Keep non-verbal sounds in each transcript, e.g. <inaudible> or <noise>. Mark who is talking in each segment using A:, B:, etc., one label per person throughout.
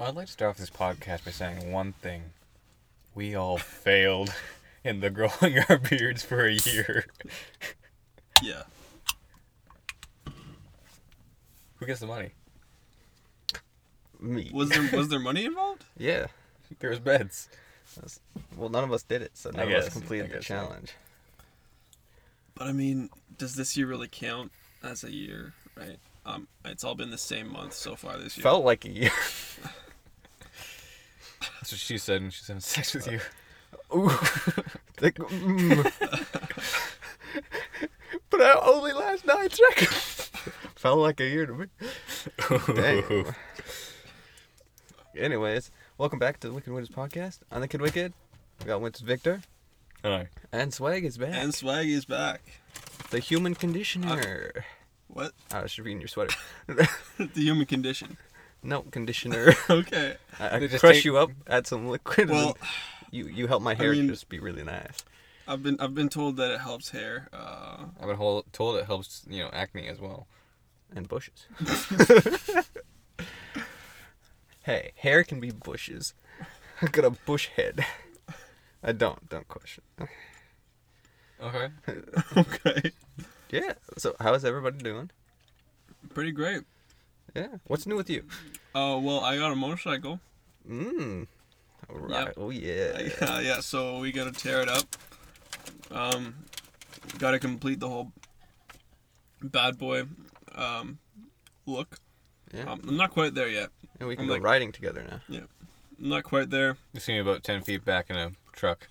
A: I'd like to start off this podcast by saying one thing. We all <laughs> failed in the growing <laughs> our beards for a year.
B: Yeah.
A: Who gets the money?
C: Me.
B: Was there was there money involved?
C: yeah.
A: There was beds.
C: That's- well, none of us did it, so none of
A: guess,
C: us
A: I
C: completed the
A: guess, yeah.
C: challenge.
B: But I mean, does this year really count as a year, right? Um, it's all been the same month so far this year.
C: Felt like
A: <laughs>
C: a year.
A: That's what she said when she's having sex with <laughs> you.
C: Ooh. <laughs> Like, mm. <laughs> but I only last nine seconds. <laughs> Felt like a year to me.
A: <laughs>
C: Dang. Anyways, welcome back to the Wicked Witches podcast. I'm the Kid Wicked. We got Witches Victor.
A: Hello.
C: And Swag is back.
B: and Swaggy is back.
C: the human conditioner.
B: What? <laughs>
C: Oh, I should be in
A: <laughs>
C: your sweater.
B: the human condition. <laughs>
C: no,
A: <laughs>
C: conditioner.
B: Okay.
C: I, I
A: They just
C: crush
A: take-
C: you up, add some liquid,
B: Well,
C: and then you, you help my hair
B: mean-
C: just be really nice.
B: I've been I've been told that it helps hair. Uh, <laughs>
A: I've been hol- told it helps, you know, acne as well.
C: and bushes. hey, hair can be bushes. <laughs> I've got a bush head. I don't. Don't question.
A: Okay.
B: okay.
C: Yeah. So, how is everybody doing?
B: Pretty great.
C: Yeah. What's new with you?
B: Uh, well, I got a motorcycle.
C: Mmm. All right.
B: Yep.
C: Oh yeah.
B: Uh, yeah. So we gotta tear it up. Um, gotta complete the whole bad boy um look.
C: Yeah.
B: Um, I'm not quite there yet.
C: and we can
B: I'm
C: go
B: like-
C: riding together now.
B: I'm not quite there.
A: You see me about 10 feet back in a truck.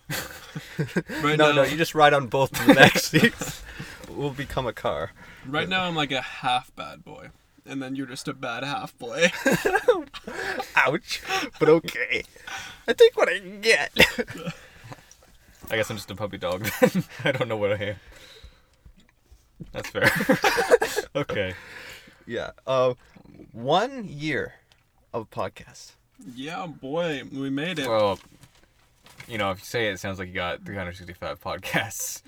B: Right
C: no,
B: now,
C: no. You just ride
B: <laughs>
C: on both of the back seats. <laughs> we'll become a car.
B: right now I'm like a half bad boy, and then you're just a bad half boy. <laughs>
C: Ouch. But okay. I take what I can get. <laughs>
A: I guess I'm just a puppy dog then. <laughs> I don't know what I am. That's fair. <laughs> okay.
C: yeah. Uh, one year of podcast.
B: yeah, boy, we made it.
A: Well, you know, if you say it, it sounds like you got 365 podcasts.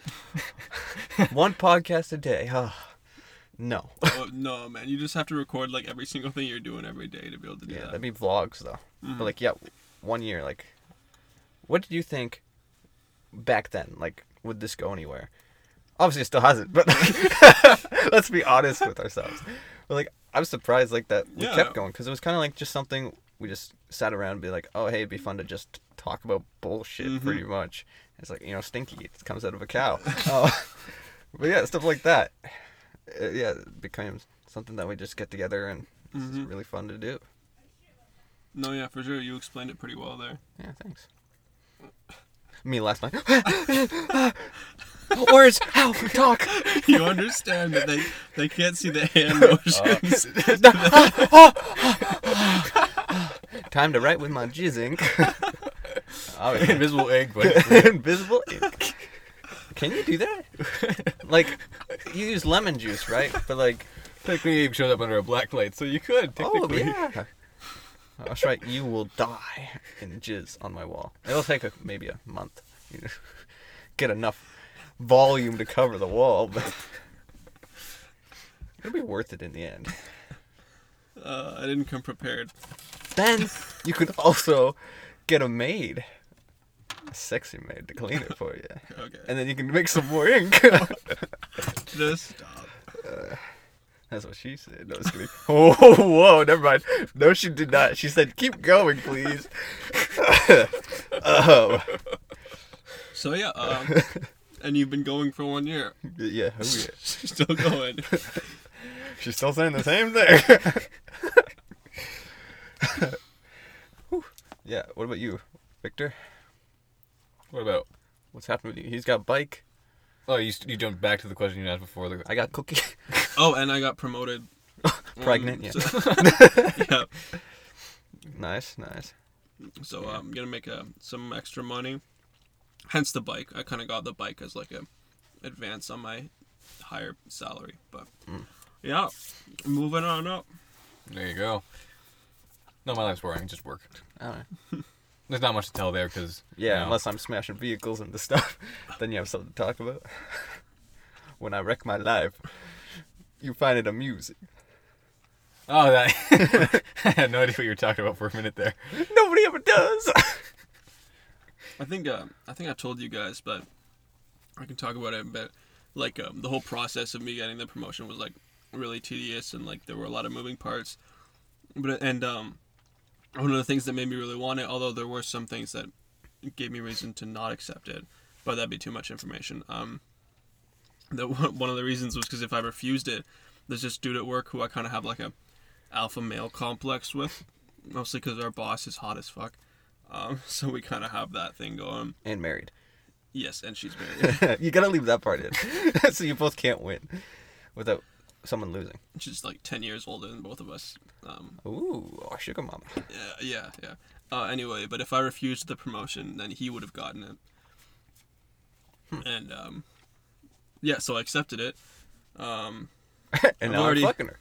C: One podcast a day. Huh. No.
B: Oh, no, man, you just have to record like every single thing you're doing every day to be able to do
C: Yeah,
B: that.
C: that'd be vlogs though. But like, yeah, one year. Like, what did you think back then? Like, would this go anywhere? Obviously, it still hasn't. But <laughs> let's be honest with ourselves. But like, I'm surprised like that we
B: Yeah.
C: kept going because it was kind of like just something we just sat around and be like, oh hey, it'd be fun to just talk about bullshit pretty much. It's like you know, stinky. It comes out of a cow. <laughs> Oh but yeah, stuff like that. Uh, yeah, it becomes something that we just get together and it's just really fun to do.
B: No, yeah, for sure. You explained it pretty well there. <laughs>
C: Yeah, thanks. Me last night. <laughs> Words, how talk.
B: You understand that they they can't see the
C: <laughs>
B: hand
C: Oh.
B: motions.
C: Time to write with my jizz ink. <laughs> Oh, yeah.
A: Invisible egg, but
C: <laughs> Invisible ink. Can you do that? Like, you use lemon juice, right? But like,
A: technically it shows up under a black light, so you could
C: oh
A: technically.
C: yeah. <laughs> That's right. You will die in jizz on my wall. It'll take a, maybe a month. <laughs> You know, get enough volume to cover the wall, but <laughs> it'll be worth it in the end.
B: Uh, I didn't come prepared.
C: then you could also get a maid, a sexy maid, to clean it for you,
B: Okay.
C: and then you can make some more ink. <laughs>
B: Just stop.
C: That's what she said. No, I was kidding. <laughs> Oh, whoa, never mind. No, she did not. She said, "Keep going, please." <laughs> oh,
B: So yeah, um,
C: <laughs>
B: and you've been going for one year.
C: yeah,
B: <laughs>
C: oh, yeah.
B: Still going.
C: She's still saying the same thing. Whew. yeah. What about you, Victor?
A: <laughs> What about?
C: What's happened with you? He's got bike.
A: Oh, you, you jumped back to the question you asked before. The,
C: I got cookie. <laughs>
B: Oh, and I got promoted. Mm.
C: Pregnant. Yeah.
B: <laughs> yeah.
C: <laughs>
B: yeah.
C: nice, nice.
B: So uh, I'm gonna make uh, some extra money. Hence the bike. I kind of got the bike as like a advance on my higher salary. But yeah, moving on up.
A: there you go. No, my life's boring. Just work.
C: All right.
A: There's not much to tell there because
C: Yeah, unless I'm smashing vehicles into stuff, <laughs> then you have something to talk about. <laughs> when I wreck my life, you find it amusing.
A: Oh, that. <laughs> I had no idea what you were talking about for a minute there.
C: <laughs>
A: <laughs>
C: Nobody ever does. <laughs>
B: I think uh, I think I told you guys, but I can talk about it. But like um, the whole process of me getting the promotion was like really tedious, and like there were a lot of moving parts. But and um, one of the things that made me really want it, although there were some things that gave me reason to not accept it, but that'd be too much information. Um, the <laughs> one one of the reasons was because if I refused it, there's this dude at work who I kind of have like a alpha male complex with, mostly because our boss is hot as fuck. Um, <laughs> so we kind of have that thing going.
C: and married. <laughs>
B: Yes, and she's married.
C: you gotta leave that part in, <laughs> so you both can't win without someone losing.
B: she's like ten years older than both of us. Um,
C: Ooh, oh, sugar mama. <laughs>
B: yeah, yeah, yeah. Uh, anyway, but if I refused the promotion, then he would have gotten it.
C: Hmm.
B: And um, yeah, so I accepted it. Um,
C: and
B: I've
C: now
B: already-
C: I'm fucking her.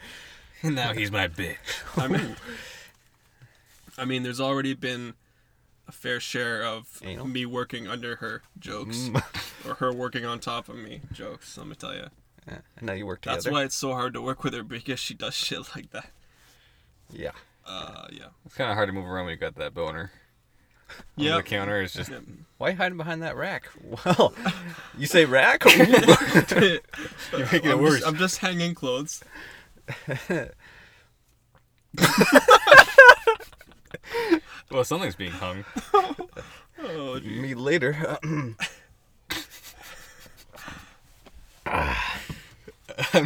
A: And now he's my bitch.
C: <laughs>
B: I mean, I mean, there's already been a fair share of
C: Anal? Mm.
B: me working under her jokes, <laughs> or her working on top of me jokes. Let me tell you,
C: Yeah, and now you work together.
B: that's why it's so hard to work with her because she does <laughs> shit like that.
C: Yeah.
B: Uh,
C: <laughs>
B: yeah,
A: It's kind of hard to move around when you got that boner. Yeah.
B: yeah.
A: The counter is just.
B: Yep.
C: Why you hiding behind that rack? <laughs> Well, you say rack? <laughs> Ooh.
A: You're making it
B: I'm
A: worse.
B: Just, I'm just hanging clothes.
A: Well, something's being hung. <laughs>
B: Oh,
C: Me later.
A: I'm
C: <clears throat>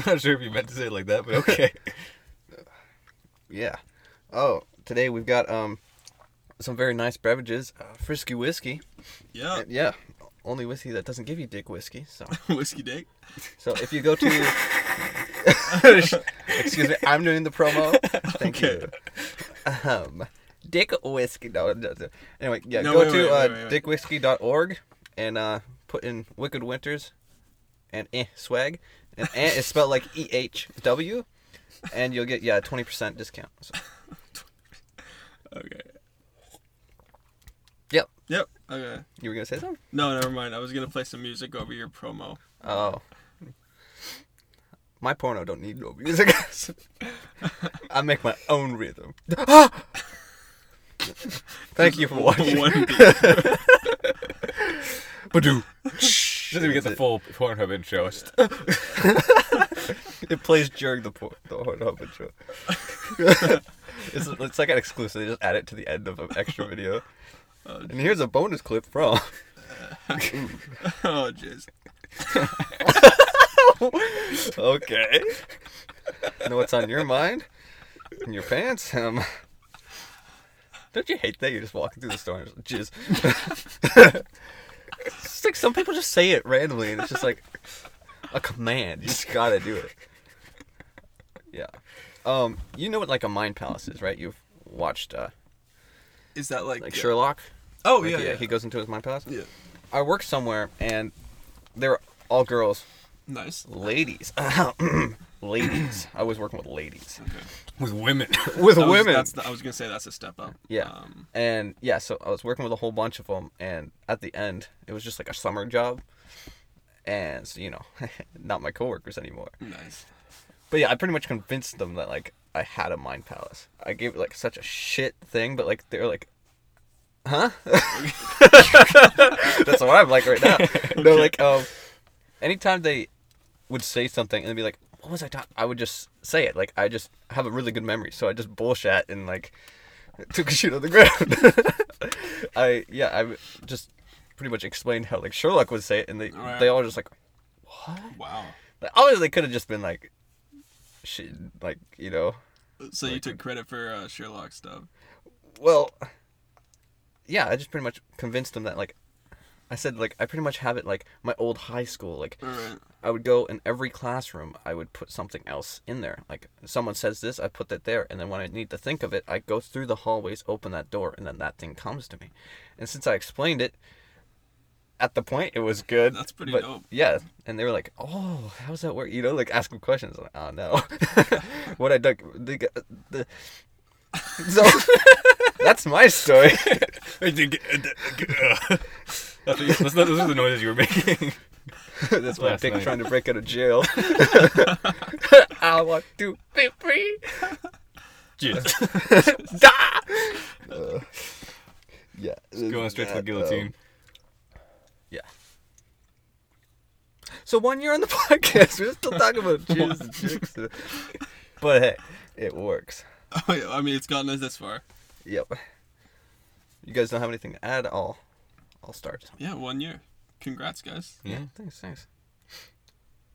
A: not sure if you meant to say it like that, but
C: <laughs>
A: okay.
C: yeah. Oh, today we've got um some very nice beverages. Uh, frisky whiskey.
B: yeah. <laughs>
C: <laughs> Uh, yeah. Only whiskey that doesn't give you dick whiskey. So,
B: Whiskey dick.
C: so if you go
B: <laughs>
C: to, excuse me, I'm doing the promo. Thank you. Um, dick whiskey. No, no, no. anyway, yeah.
B: No,
C: go
B: wait,
C: to
B: wait,
C: uh,
B: wait, wait, wait.
C: dickwhiskey.org and uh, put in Wicked Winters and eh, swag, and eh is spelled like E H W, and you'll get yeah twenty percent discount. So,
B: Okay.
C: yep.
B: Yep. Okay.
C: You were gonna say something?
B: No, never mind. I was gonna play some music over your promo.
C: Oh. My porno don't need no music. <laughs> I make my own rhythm. Ah! Thank you for watching.
B: One beat.
C: <laughs> Badoo.
A: Just we get the
C: It-
A: full Pornhub intro. It's-
C: It plays during the por- the Pornhub intro. <laughs> it's, it's like an exclusive. They just add it to the end of an extra video. And here's a bonus clip from.
B: <laughs> Oh, jeez.
C: okay. Know what's on your mind? In your pants? Um. Don't you hate that you're just walking through the store and it's like, jizz? <laughs> it's like some people just say it randomly and it's just like a command. You just gotta do it. Yeah. Um, you know what like a mind palace is, right? You've watched uh
B: Is that like?
C: like
B: uh,
C: Sherlock.
B: Oh
C: Like,
B: yeah, yeah.
C: He goes into his mind palace.
B: Yeah.
C: I worked somewhere and they were all girls
B: Nice.
C: ladies. <clears throat> ladies. I was working with ladies. <laughs>
A: With women. <laughs>
C: With
B: That was-
C: women.
B: that's the- I was gonna say that's a step up.
C: yeah.
B: Um,
C: and yeah, so I was working with a whole bunch of them. And at the end, it was just like a summer job. And, so, you know, <laughs> not my coworkers anymore.
B: nice.
C: But yeah, I pretty much convinced them that, like, I had a mind palace. I gave it, like, such a shit thing, but, like, they were like, huh? <laughs> That's what I'm like right now. No, like, um, anytime they would say something and they'd be like, "What was I talking?" I would just say it. Like I just have a really good memory, so I just bullshit and like <laughs> took a shit on the ground. <laughs> I yeah, I just pretty much explained how like Sherlock would say it, and they
B: Right.
C: they all just like, "What?"
B: Wow.
C: Like, obviously, they could have just been like, "Shit," like you know.
B: So you took credit for uh, Sherlock stuff.
C: Well, yeah, I just pretty much convinced them that like. I said like I pretty much have it like my old high school like
B: All right. <laughs>
C: I would go in every classroom. I would put something else in there. Like someone says this, I put that there, and then when I need to think of it, I go through the hallways, open that door, and then that thing comes to me. And since I explained it, at the point it was good.
B: That's pretty
C: but-
B: dope.
C: Yeah, and they were like, "Oh, how's that work?" You know, like asking questions. Like, oh no, <laughs> what I dug the, the so <laughs> that's
B: <laughs>
C: my story.
A: That's what you- that's not- those are the noises you were making. <laughs>
C: That's <laughs> my
A: Last
C: dick
A: night.
B: <laughs>
C: <laughs> trying to break out of jail. I want to be free.
A: Shit.
C: Uh, yeah.
A: Going straight to the
C: that, though.
A: guillotine.
C: Yeah. So one year on the <laughs> podcast, we're still talking about Jews and chicks. But hey, it works.
B: Oh, yeah, I mean, it's gotten us this far.
C: Yep. You guys don't have anything to add? I'll, I'll start.
B: Yeah, one year. Congrats, guys.
A: Yeah.
C: Thanks, thanks.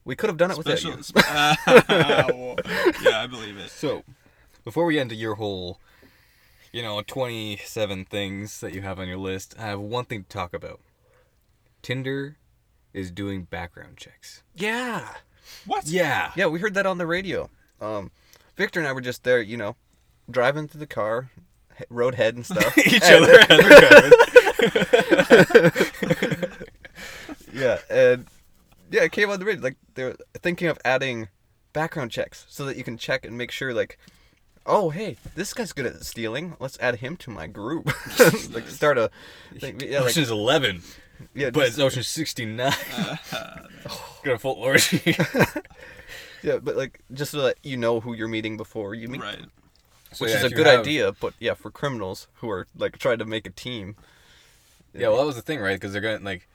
C: We could have done it without
B: Special.
C: you.
B: sp- uh, <laughs> well, yeah, I believe it.
A: So, before we get into your whole, you know, 27 things that you have on your list, I have one thing to talk about. Tinder is doing background checks.
C: Yeah.
B: What?
A: Yeah.
C: Yeah, we heard that on the radio. Um, Victor and I were just there, you know, driving through the car, he- road head and <laughs> stuff.
A: Each
C: And-
A: other had their covered.
C: Yeah, and yeah, it came on the radio. Like they're thinking of adding background checks so that you can check and make sure, like, oh hey, this guy's good at stealing. Let's add him to my group. <laughs> like start a thing. yeah, like,
A: Ocean's 11,
C: yeah,
A: but
C: just-
A: it's Ocean 69.
C: Uh,
A: <laughs> Got a full
C: <laughs>
A: orgy.
C: yeah, but like just so that you know who you're meeting before you meet.
B: Right.
A: So
C: Which
A: yeah,
C: is a
A: if you
C: good
A: have-
C: idea, but yeah, for criminals who are like trying to make a team.
A: Yeah, well, that was the thing, right? Because they're going to, like,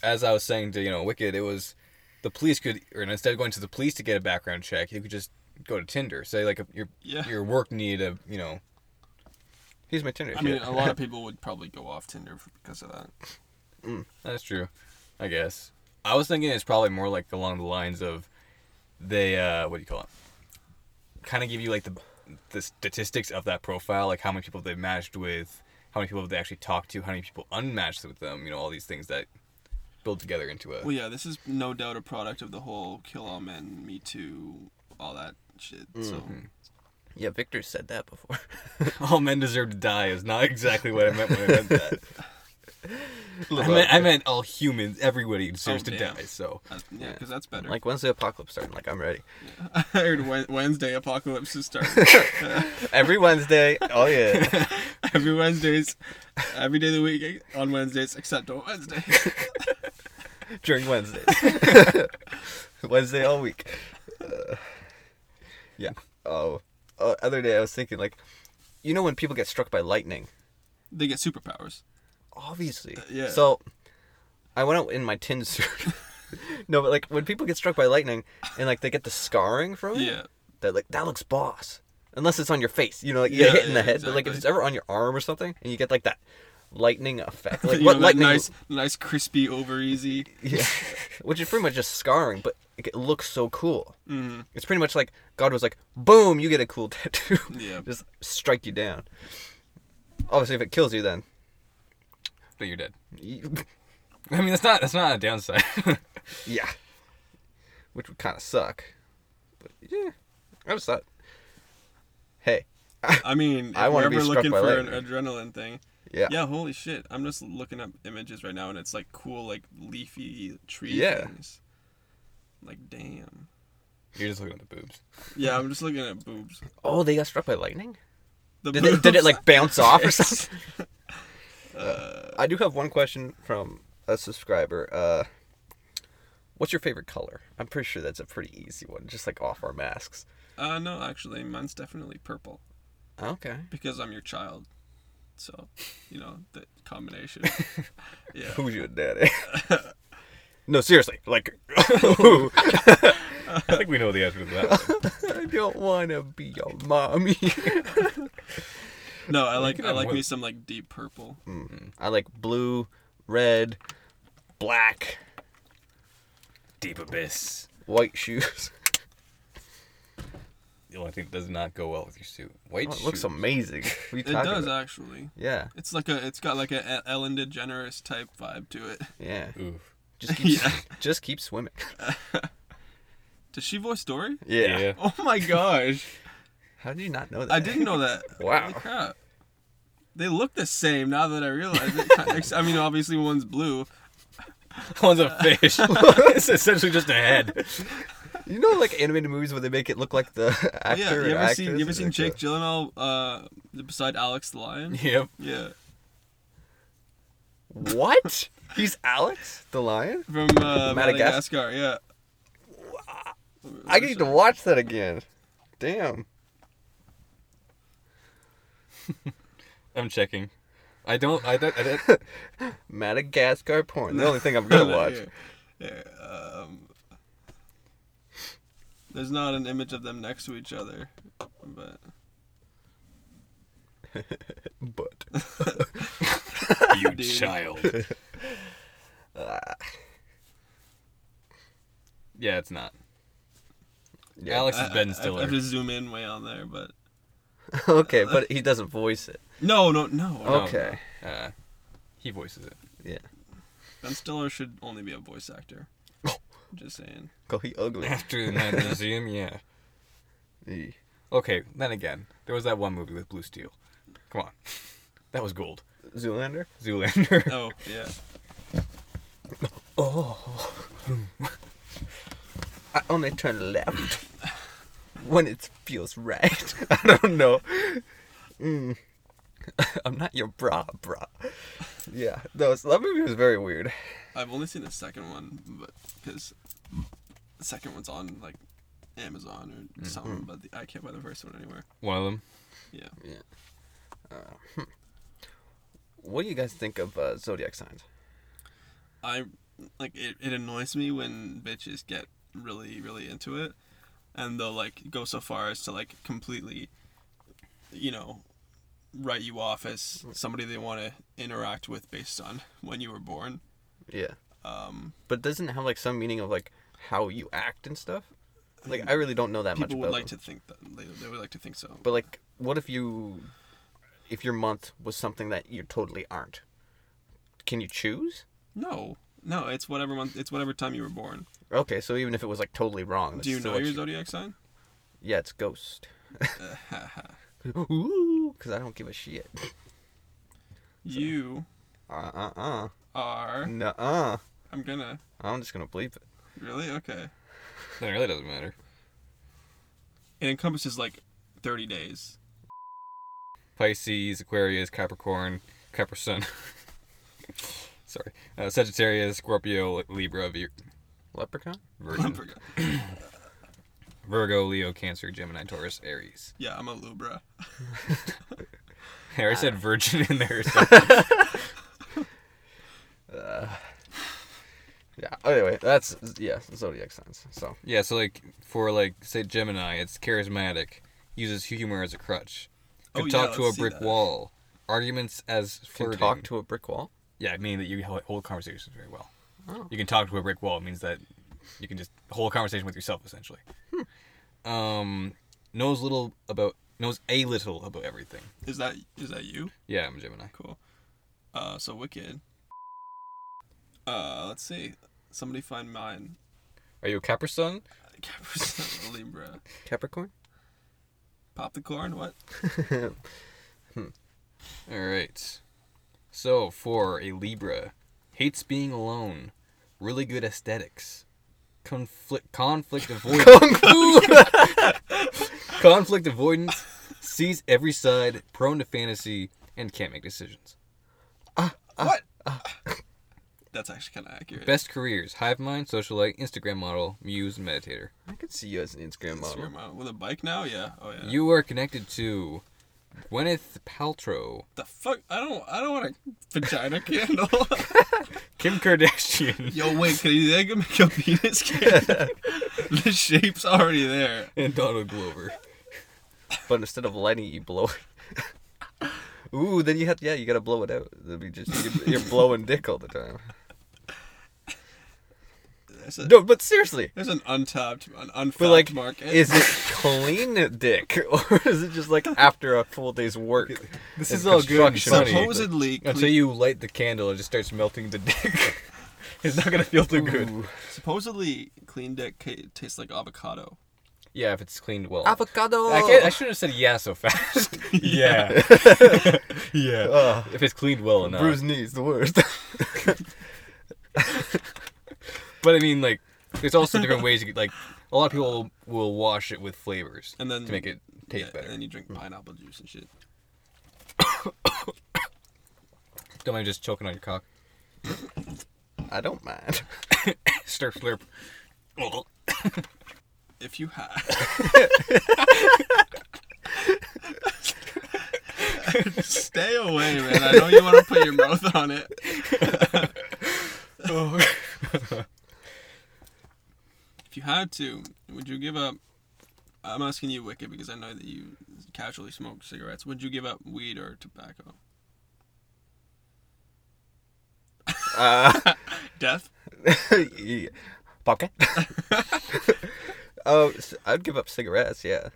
A: as I was saying to, you know, Wicked, it was the police could, or instead of going to the police to get a background check, you could just go to Tinder. Say, like, your,
B: Yeah.
A: your work needed a, you know,
C: He's my Tinder.
B: I mean,
C: yeah.
B: a lot of people would probably go off Tinder f- because of that.
A: That's true, I guess. I was thinking it's probably more like along the lines of they uh what do you call it? Kind of give you like the the statistics of that profile, like how many people they've matched with, how many people have they actually talked to, how many people unmatched with them, you know, all these things that build together into a
B: Well, yeah, this is no doubt a product of the whole kill all men, me too, all that shit. So
C: <laughs> Mm-hmm. yeah, Victor said that
B: <laughs>
C: before.
A: all men deserve to die is not exactly what I meant when I meant <laughs> that. I meant, I meant all humans, everybody deserves
B: Oh,
A: to
B: damn.
A: die. So
B: that's, yeah, because that's better.
C: like when's the apocalypse starting? Like I'm ready.
B: <laughs> I heard Wed- Wednesday apocalypse is starting.
C: <laughs>
B: <laughs>
C: Every Wednesday. Oh yeah.
B: every Wednesdays, every day of the week eh, on Wednesdays except on Wednesday. <laughs>
C: during Wednesdays. <laughs> Wednesday all week. Uh, yeah. Oh, uh, other day I was thinking like, you know when people get struck by lightning,
B: they get superpowers.
C: obviously.
B: Uh, yeah.
C: So, I went out in my tin suit. <laughs> no, but like when people get struck by lightning and like they get the scarring from it,
B: Yeah.
C: they're like that looks boss. Unless it's on your face, you know, like you get
B: Yeah,
C: hit in the
B: yeah,
C: head, but like if
B: exactly.
C: it's ever on your arm or something, and you get like that lightning
B: <laughs>
C: effect, like
B: You
C: what
B: know, that
C: lightning?
B: Nice, nice crispy over easy.
C: Yeah. <laughs> Which is pretty much just scarring, but it looks so cool. Mm. It's pretty much like God was like, boom, you get a cool <laughs> tattoo.
B: Yeah.
C: just strike you down. Obviously, if it kills you, then.
A: but you're dead.
C: You, <laughs>
A: I mean that's not that's not a downside. <laughs>
C: yeah. Which would kind of suck. But yeah. I just thought. Hey.
B: I mean, if
C: <laughs> I
B: we're
C: wanna be
B: ever
C: struck
B: looking
C: by
B: for an
C: lightning.
B: adrenaline thing.
C: Yeah.
B: Yeah, holy shit. I'm just looking up images right now and it's like cool, like leafy tree
C: Yeah.
B: things. Like, damn.
A: you're just looking at the boobs.
B: Yeah, I'm just looking at boobs.
C: Oh, they got struck by lightning?
B: The
C: Did
B: boobs.
C: it, did it like
B: <laughs>
C: bounce off or something? Uh, I do have one question from a subscriber. Uh, what's your favorite color? I'm pretty sure that's a pretty easy one, just like off our masks.
B: Uh, no, actually, mine's definitely purple
C: Okay.
B: because I'm your child. So, you know, the combination.
C: <laughs>
B: yeah.
C: Who's your daddy? <laughs> no, seriously. Like,
A: <laughs>
C: <laughs>
A: I think we know the answer to that. one.
C: I don't want to be your mommy. <laughs>
B: No, I like
A: can
B: I
A: have
B: like
A: one.
B: me some like deep purple.
C: I like blue, red, black,
A: Deep abyss.
C: white shoes. <laughs>
A: The only thing that does not go well with your suit. White
C: Oh, it
A: shoes.
C: looks amazing. What are you
B: It
C: talking
B: does uh,
C: about?
B: actually.
C: Yeah,
B: It's like a it's got like a E- Ellen DeGeneres type vibe to it.
C: yeah.
A: Oof.
B: <laughs>
C: Just keep,
B: Yeah.
C: just keep swimming.
B: Does she voice Dory?
A: Yeah.
B: Oh my gosh.
C: How did you not know that?
B: I didn't know that.
C: Wow.
B: Holy crap. They look the same now that I realize
C: <laughs>
B: it. Ex- I mean, obviously one's blue.
A: <laughs> One's a fish. <laughs> it's essentially just a head.
C: You know, like animated movies where they make it look like the
B: <laughs> yeah,
C: actor. and
B: you ever seen
C: actress
B: you ever
C: is
B: seen
C: like
B: Jake
C: the-
B: Gyllenhaal uh beside Alex the
C: <laughs>
B: Lion?
A: <laughs> Yep.
B: Yeah.
C: What? He's Alex the
B: <laughs>
C: lion.
B: From uh,
C: Madagasc-
B: Madagascar. yeah.
C: I need to watch that again. Damn.
A: I'm checking. I don't. I don't. I don't
C: Madagascar porn. The only thing
B: <laughs>
C: I'm gonna
B: Here,
C: watch.
B: here, um, there's not an image of them next to each other, but
C: But
A: <laughs> you
B: Dude.
A: child. <laughs> yeah, it's not.
C: yeah.
A: Alex's
B: I- I-
A: Ben
B: I, have
A: Stiller.
B: to zoom in way on there, but
C: <laughs> okay, but he doesn't voice it.
B: no, no, no.
A: no,
B: no.
C: okay.
A: Uh, he voices it.
C: Yeah.
B: Ben Stiller should only be a voice
C: <laughs>
B: actor. Just saying.
C: Cause he
B: <laughs>
C: ugly.
A: After the Night Museum, yeah.
C: Eey.
A: Okay, then again, there was that one movie with Blue Steel. Come on. That was gold.
C: Zoolander.
B: <laughs>
A: Zoolander.
B: Oh yeah.
C: I only turn left when it feels right. <laughs> I don't know. Mm. <laughs> I'm not your bra, bra. Yeah, those that movie was very weird.
B: I've only seen the second one, but because the second one's on like Amazon or
C: Mm-hmm.
B: something, but the, I can't buy the first one anywhere.
A: One of them.
B: Yeah.
C: Yeah. Uh, hmm. What do you guys think of uh, zodiac signs?
B: I like it, it annoys me when bitches get really really into it and they'll like go so far as to like completely you know write you off as
C: Mm.
B: somebody they want to interact with based on when you were born
C: Yeah,
B: um
C: but doesn't it have like some meaning of like how you act and stuff? Like I really don't know that much
B: people
C: about
B: would like
C: them.
B: to think that they, they would like to think so
C: But like, what if you, if your month was something that you totally aren't? Can you choose?
B: no no it's whatever month it's whatever time you were born
C: Okay, so even if it was like totally wrong, that's
B: do you
C: still
B: know
C: what
B: your zodiac sign
C: Yeah, it's ghost.
B: <laughs>
C: <laughs>
B: Uh, ha, ha.
C: Ooh, because I don't give a shit.
B: you
C: Uh uh uh.
B: are
C: Nuh uh.
B: i'm gonna
C: I'm just gonna bleep it.
B: really okay
A: That really doesn't matter.
B: it encompasses like 30 days
A: Pisces, Aquarius, Capricorn, Capricorn Sun. <laughs> Sorry. Uh, Sagittarius, Scorpio, Libra, Vir-
C: Leprechaun.
B: I
A: Virgin,
B: forgot.
A: Virgo, Leo, Cancer, Gemini, Taurus, Aries.
B: yeah i'm a libra
A: Hey, I said virgin <laughs> in there. So.
C: Yeah. Anyway, that's yeah zodiac signs. So
A: yeah, so like for like say Gemini, it's charismatic, uses humor as a crutch,
B: Oh,
A: can
B: yeah,
A: talk to a
B: let's see
A: brick
B: that.
A: wall, arguments as
C: can
A: flirting.
C: talk to a brick wall.
A: Yeah, meaning that you hol- hold conversations very well.
C: Oh.
A: You can talk to a brick wall. It means that you can just hold a conversation with yourself, essentially. Um, knows little about knows a little about everything.
B: Is that is that you?
A: Yeah, I'm a Gemini.
B: Cool. Uh, so wicked. Uh, let's see. Somebody find mine. <laughs>
A: Are you a Capra Sun?
B: Capricorn, Libra,
C: Capricorn.
B: pop the corn. What?
A: All right. So for a Libra, hates being alone, really good aesthetics, conflict conflict avoidance, <laughs> conflict avoidance, sees every side, prone to fantasy, and can't make decisions.
B: what? <laughs> That's actually kind of accurate.
A: Best careers: hive mind, socialite, Instagram model, muse, and meditator.
C: I could see you as an Instagram
B: It's your
C: model.
B: mom. With a bike now? Yeah. Oh yeah.
A: You are connected to Gwyneth Paltrow,
B: the fuck? I don't. I don't want a vagina candle. <laughs>
A: Kim Kardashian,
B: Yo, wait. Can you they can make a <laughs> penis candle? the shape's already there.
A: <laughs> and Donald Glover.
C: But instead of lighting, it, you blow it. <laughs> Ooh, then you have yeah, you gotta blow it out. That'd be just you're, you're blowing dick all the time.
B: There's, a,
C: No, but seriously,
B: there's an untapped, an
C: But
B: unfound
C: like,
B: market.
C: is it clean dick <laughs> or is it just <laughs> like after a full day's work?
A: This
C: and
A: is all good and
C: construction?
A: funny.
B: supposedly
A: Until you light the candle, it just starts melting the dick. <laughs> it's not gonna feel too good.
C: Ooh.
B: Supposedly, clean dick ca- tastes like avocado.
A: Yeah, if it's cleaned well.
C: Avocado.
A: I, can't, I shouldn't have said yeah so fast. <laughs> yeah. yeah.
C: Ugh.
A: <laughs> if it's cleaned well enough.
C: Bruised knees, the worst.
A: But I mean, like, there's also different ways. You could, like, a lot of people will wash it with flavors
B: And then
A: to make it taste
B: yeah,
A: better. Mm.
B: And then you drink pineapple juice and shit.
A: Don't mind just choking on your cock. <laughs>
C: I don't mind.
A: Slurp, slurp. Ugh.
B: If you had, <laughs> Stay away, man. I know you want to put your mouth on it. If you had to, would you give up? I'm asking you, Wicked, because I know that you casually smoke cigarettes. Would you give up weed or tobacco?
C: Uh,
B: <laughs> Death?
C: <laughs> yeah. Pocket. <laughs> Oh, s- I'd give up cigarettes. Yeah.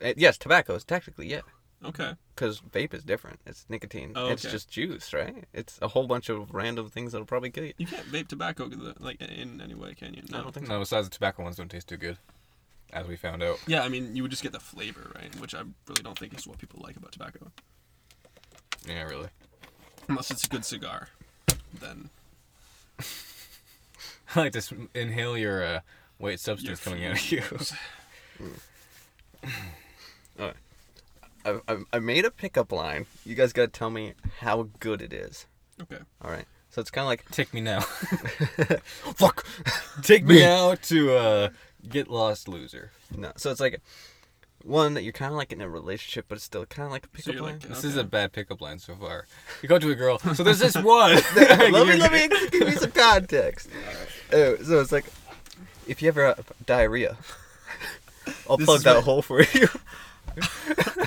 C: Uh, yes, tobacco is technically yeah,
B: Okay.
C: because vape is different. It's nicotine.
B: Oh,
C: It's
B: okay.
C: just juice, right? It's a whole bunch of random things that'll probably kill you.
B: You can't vape tobacco uh, like in any way, can you? No.
C: I don't think so.
A: No, besides the tobacco ones don't taste too good, as we found out.
B: Yeah, I mean, you would just get the flavor, right? Which I really don't think is what people like about tobacco.
A: Yeah, really. <laughs>
B: Unless it's a good cigar, then
A: I like to sm- inhale your uh, white substance
B: Your
A: coming out of you.
C: I, I, I made a pickup line. You guys gotta tell me how good it is.
B: okay.
C: All right. So it's kind of like
A: <laughs> Take me now.
C: <laughs> fuck.
A: Take me now to uh, get lost, loser.
C: <laughs> no. So it's like one that you're kind of like in a relationship, but it's still kind of like a pickup
B: you're
C: line.
B: like,
A: This is
B: Okay.
A: a bad pickup line so far. You go to a girl. So there's this one.
C: <laughs>
A: <laughs>
C: let me let me <laughs> give you some
B: <laughs>
C: context. Uh, so it's like if you ever have diarrhea, I'll
B: This
C: plug
B: is
C: that
B: right.
C: hole for you.
B: <laughs>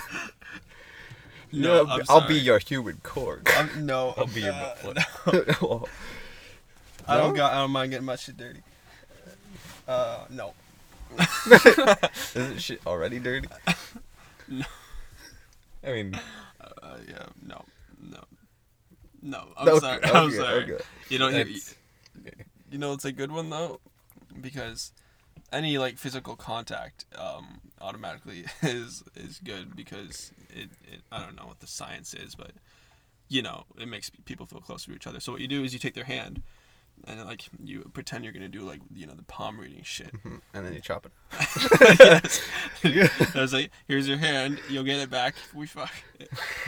B: No,
C: I'll,
B: I'm
C: be- I'll be
B: sorry.
C: your human cork.
B: <laughs>
C: <laughs>
B: I'm, no,
A: I'll be your
B: uh,
A: butt plug.
C: Oh,
B: I don't
C: No?
B: got. I don't mind getting my shit dirty. Uh, no.
C: Isn't shit already dirty?
A: I <laughs> mean,
B: Uh, yeah, no, no, no. I'm
C: Okay,
B: sorry. <laughs> I'm
C: okay,
B: sorry.
C: okay.
B: You know, you,
A: that's-
B: you know, it's a good one though, because any like physical contact um, automatically <laughs> is is good because it, it. I don't know what the science is, but you know, it makes pe- people feel closer to each other. So what you do is you take their hand. And like you pretend you're gonna do like you know the palm reading shit,
C: And then you chop
B: <laughs>
C: it.
B: I was like, "Here's your hand. You'll get it back. If we fuck. <laughs>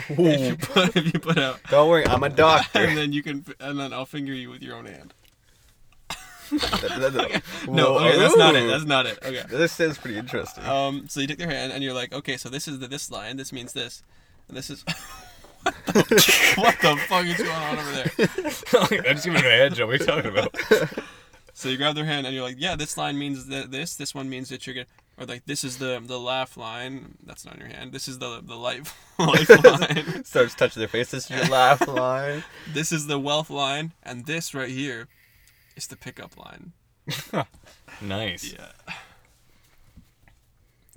B: If you put, if you put out,
C: Don't worry, I'm a doctor.
B: and then you can, and then I'll finger you with your own hand." No,
C: <laughs> no,
B: okay, that's not it. That's not it. Okay.
C: This sounds pretty interesting.
B: Um, so you take their hand and you're like, "Okay, so this is the this line. This means this, and this is." <laughs> what the fuck is going on over there?
A: I'm just giving it a head job. What are you talking
C: <laughs>
A: about?
B: So you grab their hand and you're like, yeah, this line means th- this. This one means that you're gonna, or like this is the the laugh line. That's not on your hand. This is the the life <laughs> life line.
C: Starts touching their face. This is your laugh <laughs> line.
B: This is the wealth line, and this right here is the pickup line.
A: Nice.
B: Yeah.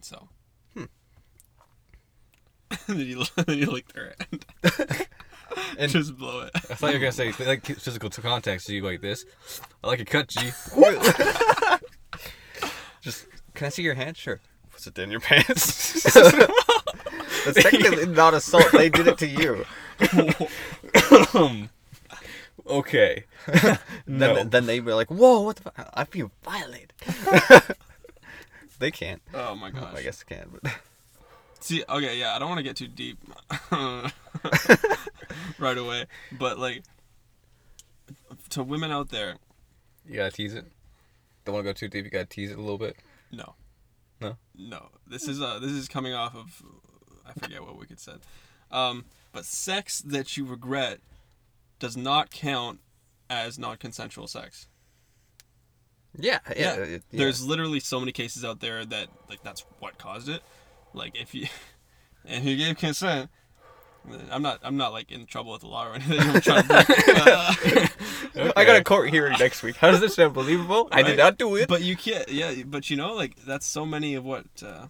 B: So.
C: Hmm.
B: <laughs> then, you, <laughs> then you lick their hand.
C: <laughs>
B: <laughs>
C: And-
B: Just blow
C: <laughs>
B: it.
A: I thought you were gonna say like physical contact. So you like this? I like a cut,
C: <laughs>
A: G.
C: Just can I see your hand? Sure. Was it in your pants? <laughs> That's <laughs> technically not assault. They did it to you.
A: okay.
C: Then,
A: No.
C: then they were like, "Whoa, what the? Fu- I feel <laughs> violated." they can't.
B: Oh my gosh.
C: I guess they can. But
B: See, okay, yeah, I don't want to get too deep <laughs> right away, but like, to women out there,
A: You gotta tease it. Don't want to go too deep. You gotta tease it a little bit.
B: No.
A: No?
B: No. This is uh this is coming off of I forget what Wicked said. Um but sex that you regret does not count as non consensual sex.
C: <laughs> yeah, yeah. it- yeah.
B: There's literally so many cases out there that like that's what caused it. Like if you if you gave consent I'm not. I'm not like in trouble with the law or anything. I'm
C: <laughs>
B: trying to
C: I got a court hearing next week. How does this sound believable? I
B: Right.
C: did not do it.
B: but you can't yeah but you know like that's so many of what uh,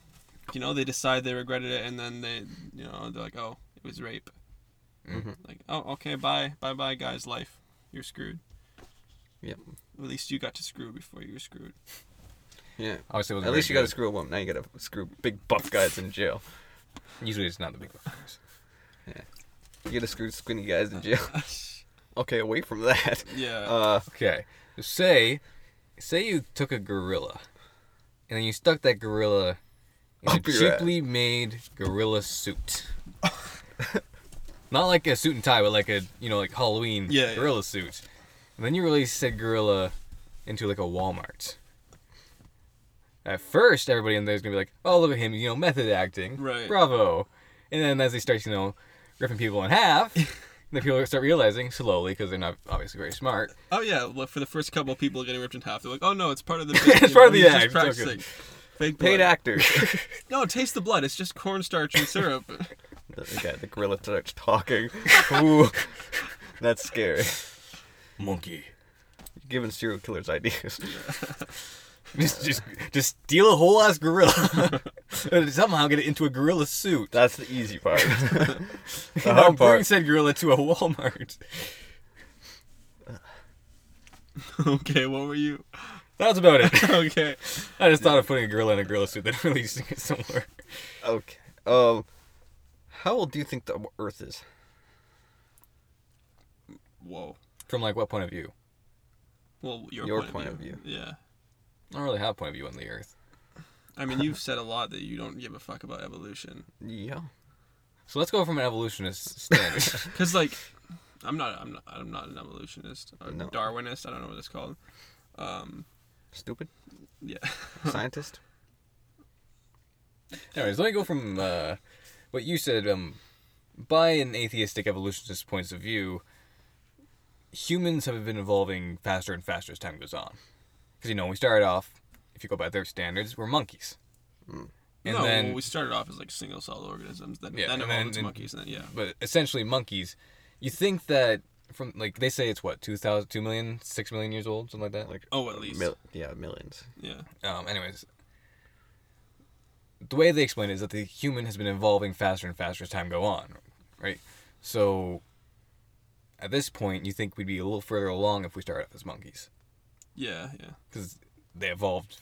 B: you know they decide they regretted it and then they you know they're like oh it was rape like oh okay bye bye bye guys life you're screwed
C: Yep.
B: at least you got to screw before you were screwed <laughs>
C: Yeah.
A: Obviously, it wasn't
C: At
A: very
C: least you got to
A: good.
C: screw a woman. Now you got to screw big buff guys in jail.
A: Usually, it's not the big ones.
C: You got to screw skinny guys in jail. <laughs> Okay, away from that.
B: yeah
C: Uh,
A: <laughs> Okay. Say, say you took a gorilla, and then you stuck that gorilla in
C: Up
A: a
C: your ass.
A: cheaply made gorilla suit. Not like a suit and tie, but like a you know like Halloween
B: Yeah, yeah.
A: gorilla suit. And then you release said gorilla into like a Walmart. At first, everybody in there's gonna be like, "Oh, look at him! You know, method acting.
B: Right.
A: Bravo!" And then as they start, you know, ripping people in half, the people start realizing slowly because they're not obviously very smart.
B: Oh yeah, well, for the first couple people getting ripped in half, they're like, "Oh no, it's part
A: <laughs>
B: of the bit.
A: It's
B: you
A: part of
B: know,
A: the
B: he's
A: act,
B: just
A: it's okay.
B: practicing." Fake
C: Paid
B: blood.
C: actors. <laughs>
B: No, taste the blood. It's just cornstarch and syrup. <laughs>
C: the, the guy, the gorilla starts talking. Ooh, that's scary.
A: Monkey. <laughs>
C: Giving serial killers ideas.
A: Just, just, just steal a whole ass
C: <laughs>
A: gorilla and somehow get it into a gorilla suit.
C: That's the
B: <laughs>
C: easy part. the
A: <laughs> You know, bring
C: hard part.
A: said gorilla to a Walmart. <laughs>
B: okay, what were you? <laughs>
A: That's about
C: <laughs>
A: it.
B: Okay,
A: I just thought of putting a gorilla in a gorilla <laughs> suit. That really just gets somewhere.
C: Okay. Um, how old do you think the Earth is?
B: whoa.
A: From like what point of view?
B: Well, your,
C: Your
B: point, of,
C: point
B: view.
C: of
B: Yeah,
A: I don't really have a point of view on the Earth.
B: I mean, you've said a lot that you don't give a fuck about evolution.
C: Yeah.
A: So let's go from an evolutionist standard.
C: <laughs>
B: Cause like, I'm not, I'm not, I'm not an evolutionist or
C: No.
B: Darwinist. I don't know what it's called. Um, <laughs>
C: Stupid
B: yeah,
C: scientist.
A: Anyways, let me go from uh, what you said. Um, by an atheistic evolutionist points of view, humans have been evolving faster and faster as time goes on. Because you know, we started off, if you go by their standards, we're monkeys. And
B: no,
A: then,
B: well, we started off as like single-celled organisms, then
A: Yeah, and
B: then evolved
A: then-
B: into
A: and-
B: monkeys, and then yeah,
A: but essentially monkeys. You think that from like they say it's what 2,000, 2 million, 6 million years old, something like that.
C: Like
B: oh, at least,
C: mil- yeah,
B: <laughs>
C: millions.
B: yeah,
A: um, anyways, the way they explain it is that the human has been evolving faster and faster as time go on, right? So, at this point, you think we'd be a little further along if we started off as monkeys,
B: yeah, yeah.
A: because they evolved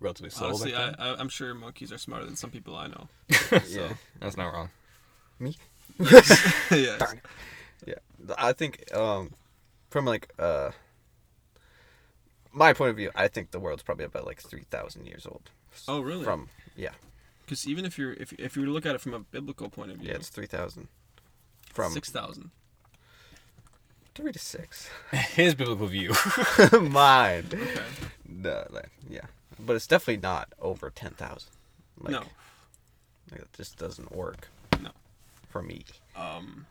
A: relatively slow.
B: Honestly,
A: back
B: I,
A: then.
B: I, I'm sure monkeys are smarter than some people I know. <laughs>
C: Yeah.
A: That's not wrong. <laughs>
C: Me.
B: yeah,
C: Yeah. Th- I think um, from like uh, my point of view, I think the world's probably about like three thousand years old. S-
B: Oh, really?
C: From yeah,
B: Because even if you're if, if you were to look at it from a biblical point of view,
C: yeah, it's three thousand. From
B: six thousand.
C: three to six. <laughs>
A: His biblical view. <laughs>
C: Mine.
B: Okay.
C: No, like, yeah, but it's definitely not over ten thousand. Like,
B: no.
C: like, it just doesn't work
B: No.
C: for me.
B: Um.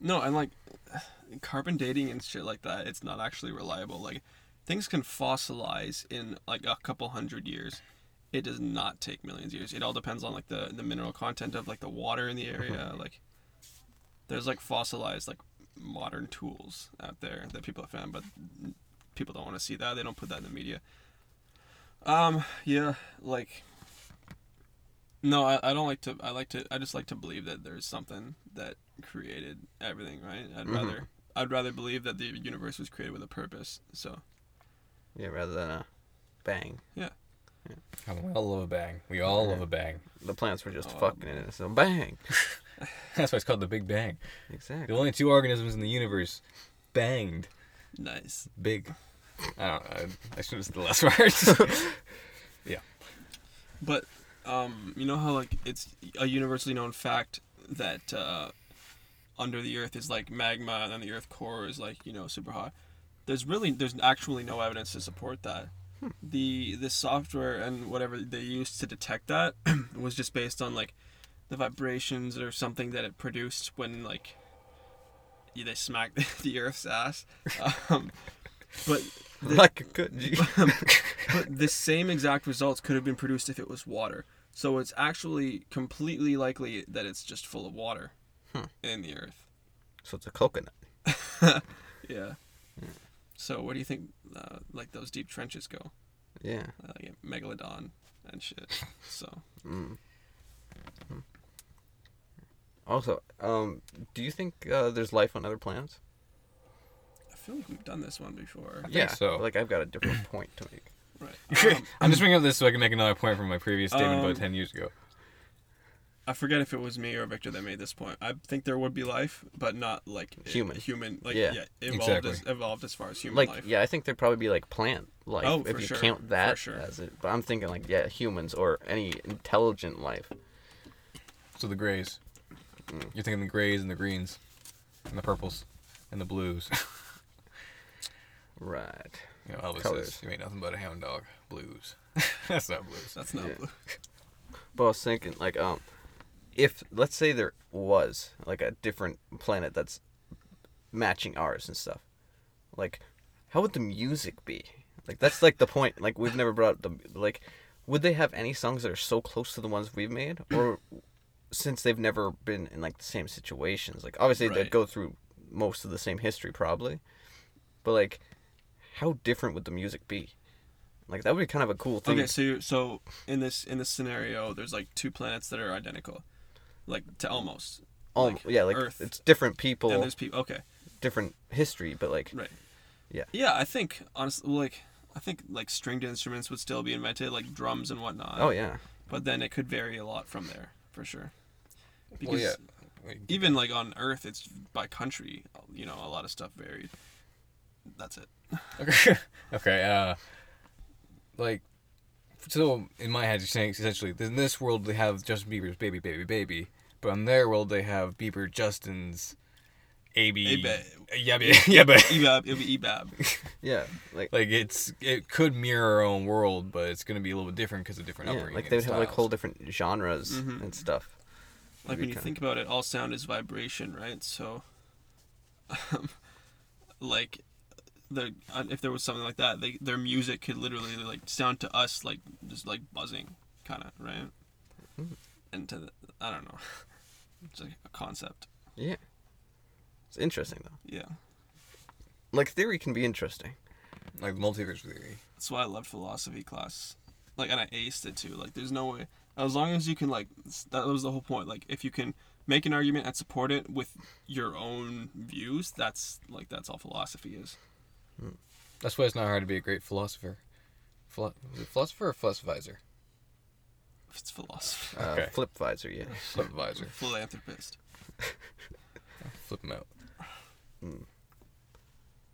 B: No, and like <sighs> carbon dating and shit like that, it's not actually reliable. Like things can fossilize in like a couple hundred years. It does not take millions of years. It all depends on like the the mineral content of like the water in the area. like there's like fossilized like modern tools out there that people have found, but people don't want to see that. They don't put that in the media. Um. Yeah. Like. No, I, I don't like to. I like to. I just like to believe that there's something that created everything, right? I'd rather. I'd rather believe that the universe was created with a purpose. So
C: Yeah, rather than a bang.
A: I all love a bang. We all love a bang. <laughs>
C: The plants were just
B: Oh,
C: fucking in it.
B: <laughs>
C: So bang.
A: That's why it's called the Big Bang. The
C: Exactly.
A: only two organisms in the universe banged
B: nice.
A: big. I don't. I, I should have said the last <laughs> words.
B: <laughs>
A: yeah.
B: But um, you know how like it's a universally known fact that uh, under the earth is like magma, and then the earth core is like you know super hot. There's really there's actually no evidence to support that. The the software and whatever they used to detect that <clears throat> was just based on like the vibrations or something that it produced when like y- they smacked <laughs> the earth's ass. Um, but
C: Like a good
B: <laughs>
C: G.
B: Um, but the same exact results could have been produced if it was water. So it's actually completely likely that it's just full of water
C: Hmm.
B: in the earth.
C: so it's a coconut.
B: Yeah.
C: Hmm.
B: So where do you think uh, like those deep trenches go?
C: Yeah.
B: Uh, Like at megalodon and shit. So
C: Also, um, do you think uh, there's life on other planets?
B: I feel like we've done this one before.
A: think so.
C: Like I've got a different <clears throat> point to make.
B: Right. Um,
A: I'm just bringing up this so I can make another point from my previous statement
B: Um,
A: about 10 years ago.
B: I forget if it was me or Victor that made this point. I think there would be life, but not like i-
C: Human.
B: Human, like yeah,
C: Yeah.
B: evolved
A: Exactly.
B: as evolved as far as human
C: Like
B: life.
C: yeah, I think there'd probably be like plant life
B: Oh,
C: if
B: for
C: you
B: sure, for
C: count that
B: sure.
C: as it. But I'm thinking like yeah, humans or any intelligent life.
A: So the grays.
B: mm.
A: You're thinking the grays and the greens, and the purples, and the
B: <laughs>
A: blues.
C: Right.
A: you know, Elvis
C: Colours.
A: says, "You ain't nothing but a hound dog."
B: <laughs>
A: Blues. That's not blues.
B: That's not
C: Yeah.
B: blue.
C: But I was thinking like um, if let's say there was like a different planet that's matching ours and stuff, like how would the music be? Like that's like the point. Like we've never brought up the like. Would they have any songs that are so close to the ones we've made, or since they've never been in like the same situations? Like obviously
B: Right.
C: they'd go through most of the same history probably, but like how different would the music be? Like that would be kind of a cool thing.
B: Okay, so you so in this in this scenario, there's like two planets that are identical, like to almost.
C: Oh
B: like
C: yeah, like
B: Earth.
C: it's different people,
B: And there's people. Okay,
C: different history, but like
B: right.
C: Yeah.
B: Yeah, I think honestly, like I think like stringed instruments would still be invented, like drums and whatnot.
C: oh yeah,
B: But then it could vary a lot from there for sure. Because
A: Well, yeah.
B: even like on Earth, it's by country. You know, a lot of stuff varied. That's it.
A: Okay. <laughs> okay. Uh, like, so in my head, you're saying essentially, in this world they have Justin Bieber's "Baby, Baby, Baby," but in their world they have Bieber Justin's "AB."
B: Abe.
A: Yeah, <laughs> ba- yeah, but
B: Ebab, it'll be Ebab.
C: yeah, like
A: like it's it could mirror our own world, but it's gonna be a little bit different because of different
C: yeah,
A: upbringing.
C: like
A: and
C: they would have like
A: styles.
C: whole different genres
B: Mhm.
C: and stuff.
B: Like
C: Maybe
B: when you
C: kinda-
B: think about it, all sound is vibration, right? So, um, <laughs> like, the uh, if there was something like that, they, their music could literally like sound to us like just like buzzing, kind of right. And to the, I don't know, <laughs> it's like a concept.
C: Yeah, it's interesting though.
B: Yeah,
C: Like theory can be interesting.
A: like multiverse theory.
B: that's why I loved philosophy class. Like, and I aced it too. Like, there's no way. As long as you can, like, s- that was the whole point. Like, if you can make an argument and support it with your own views, that's like that's all philosophy is.
A: That's why it's not hard to be a great philosopher. Philo- was it philosopher or philosophizer?
B: It's philosophy. <laughs>
C: Uh,
A: Okay.
C: Flip visor, yeah.
A: Philosophizer.
B: Philanthropist.
A: Flip them out.
C: Mm.
A: <laughs>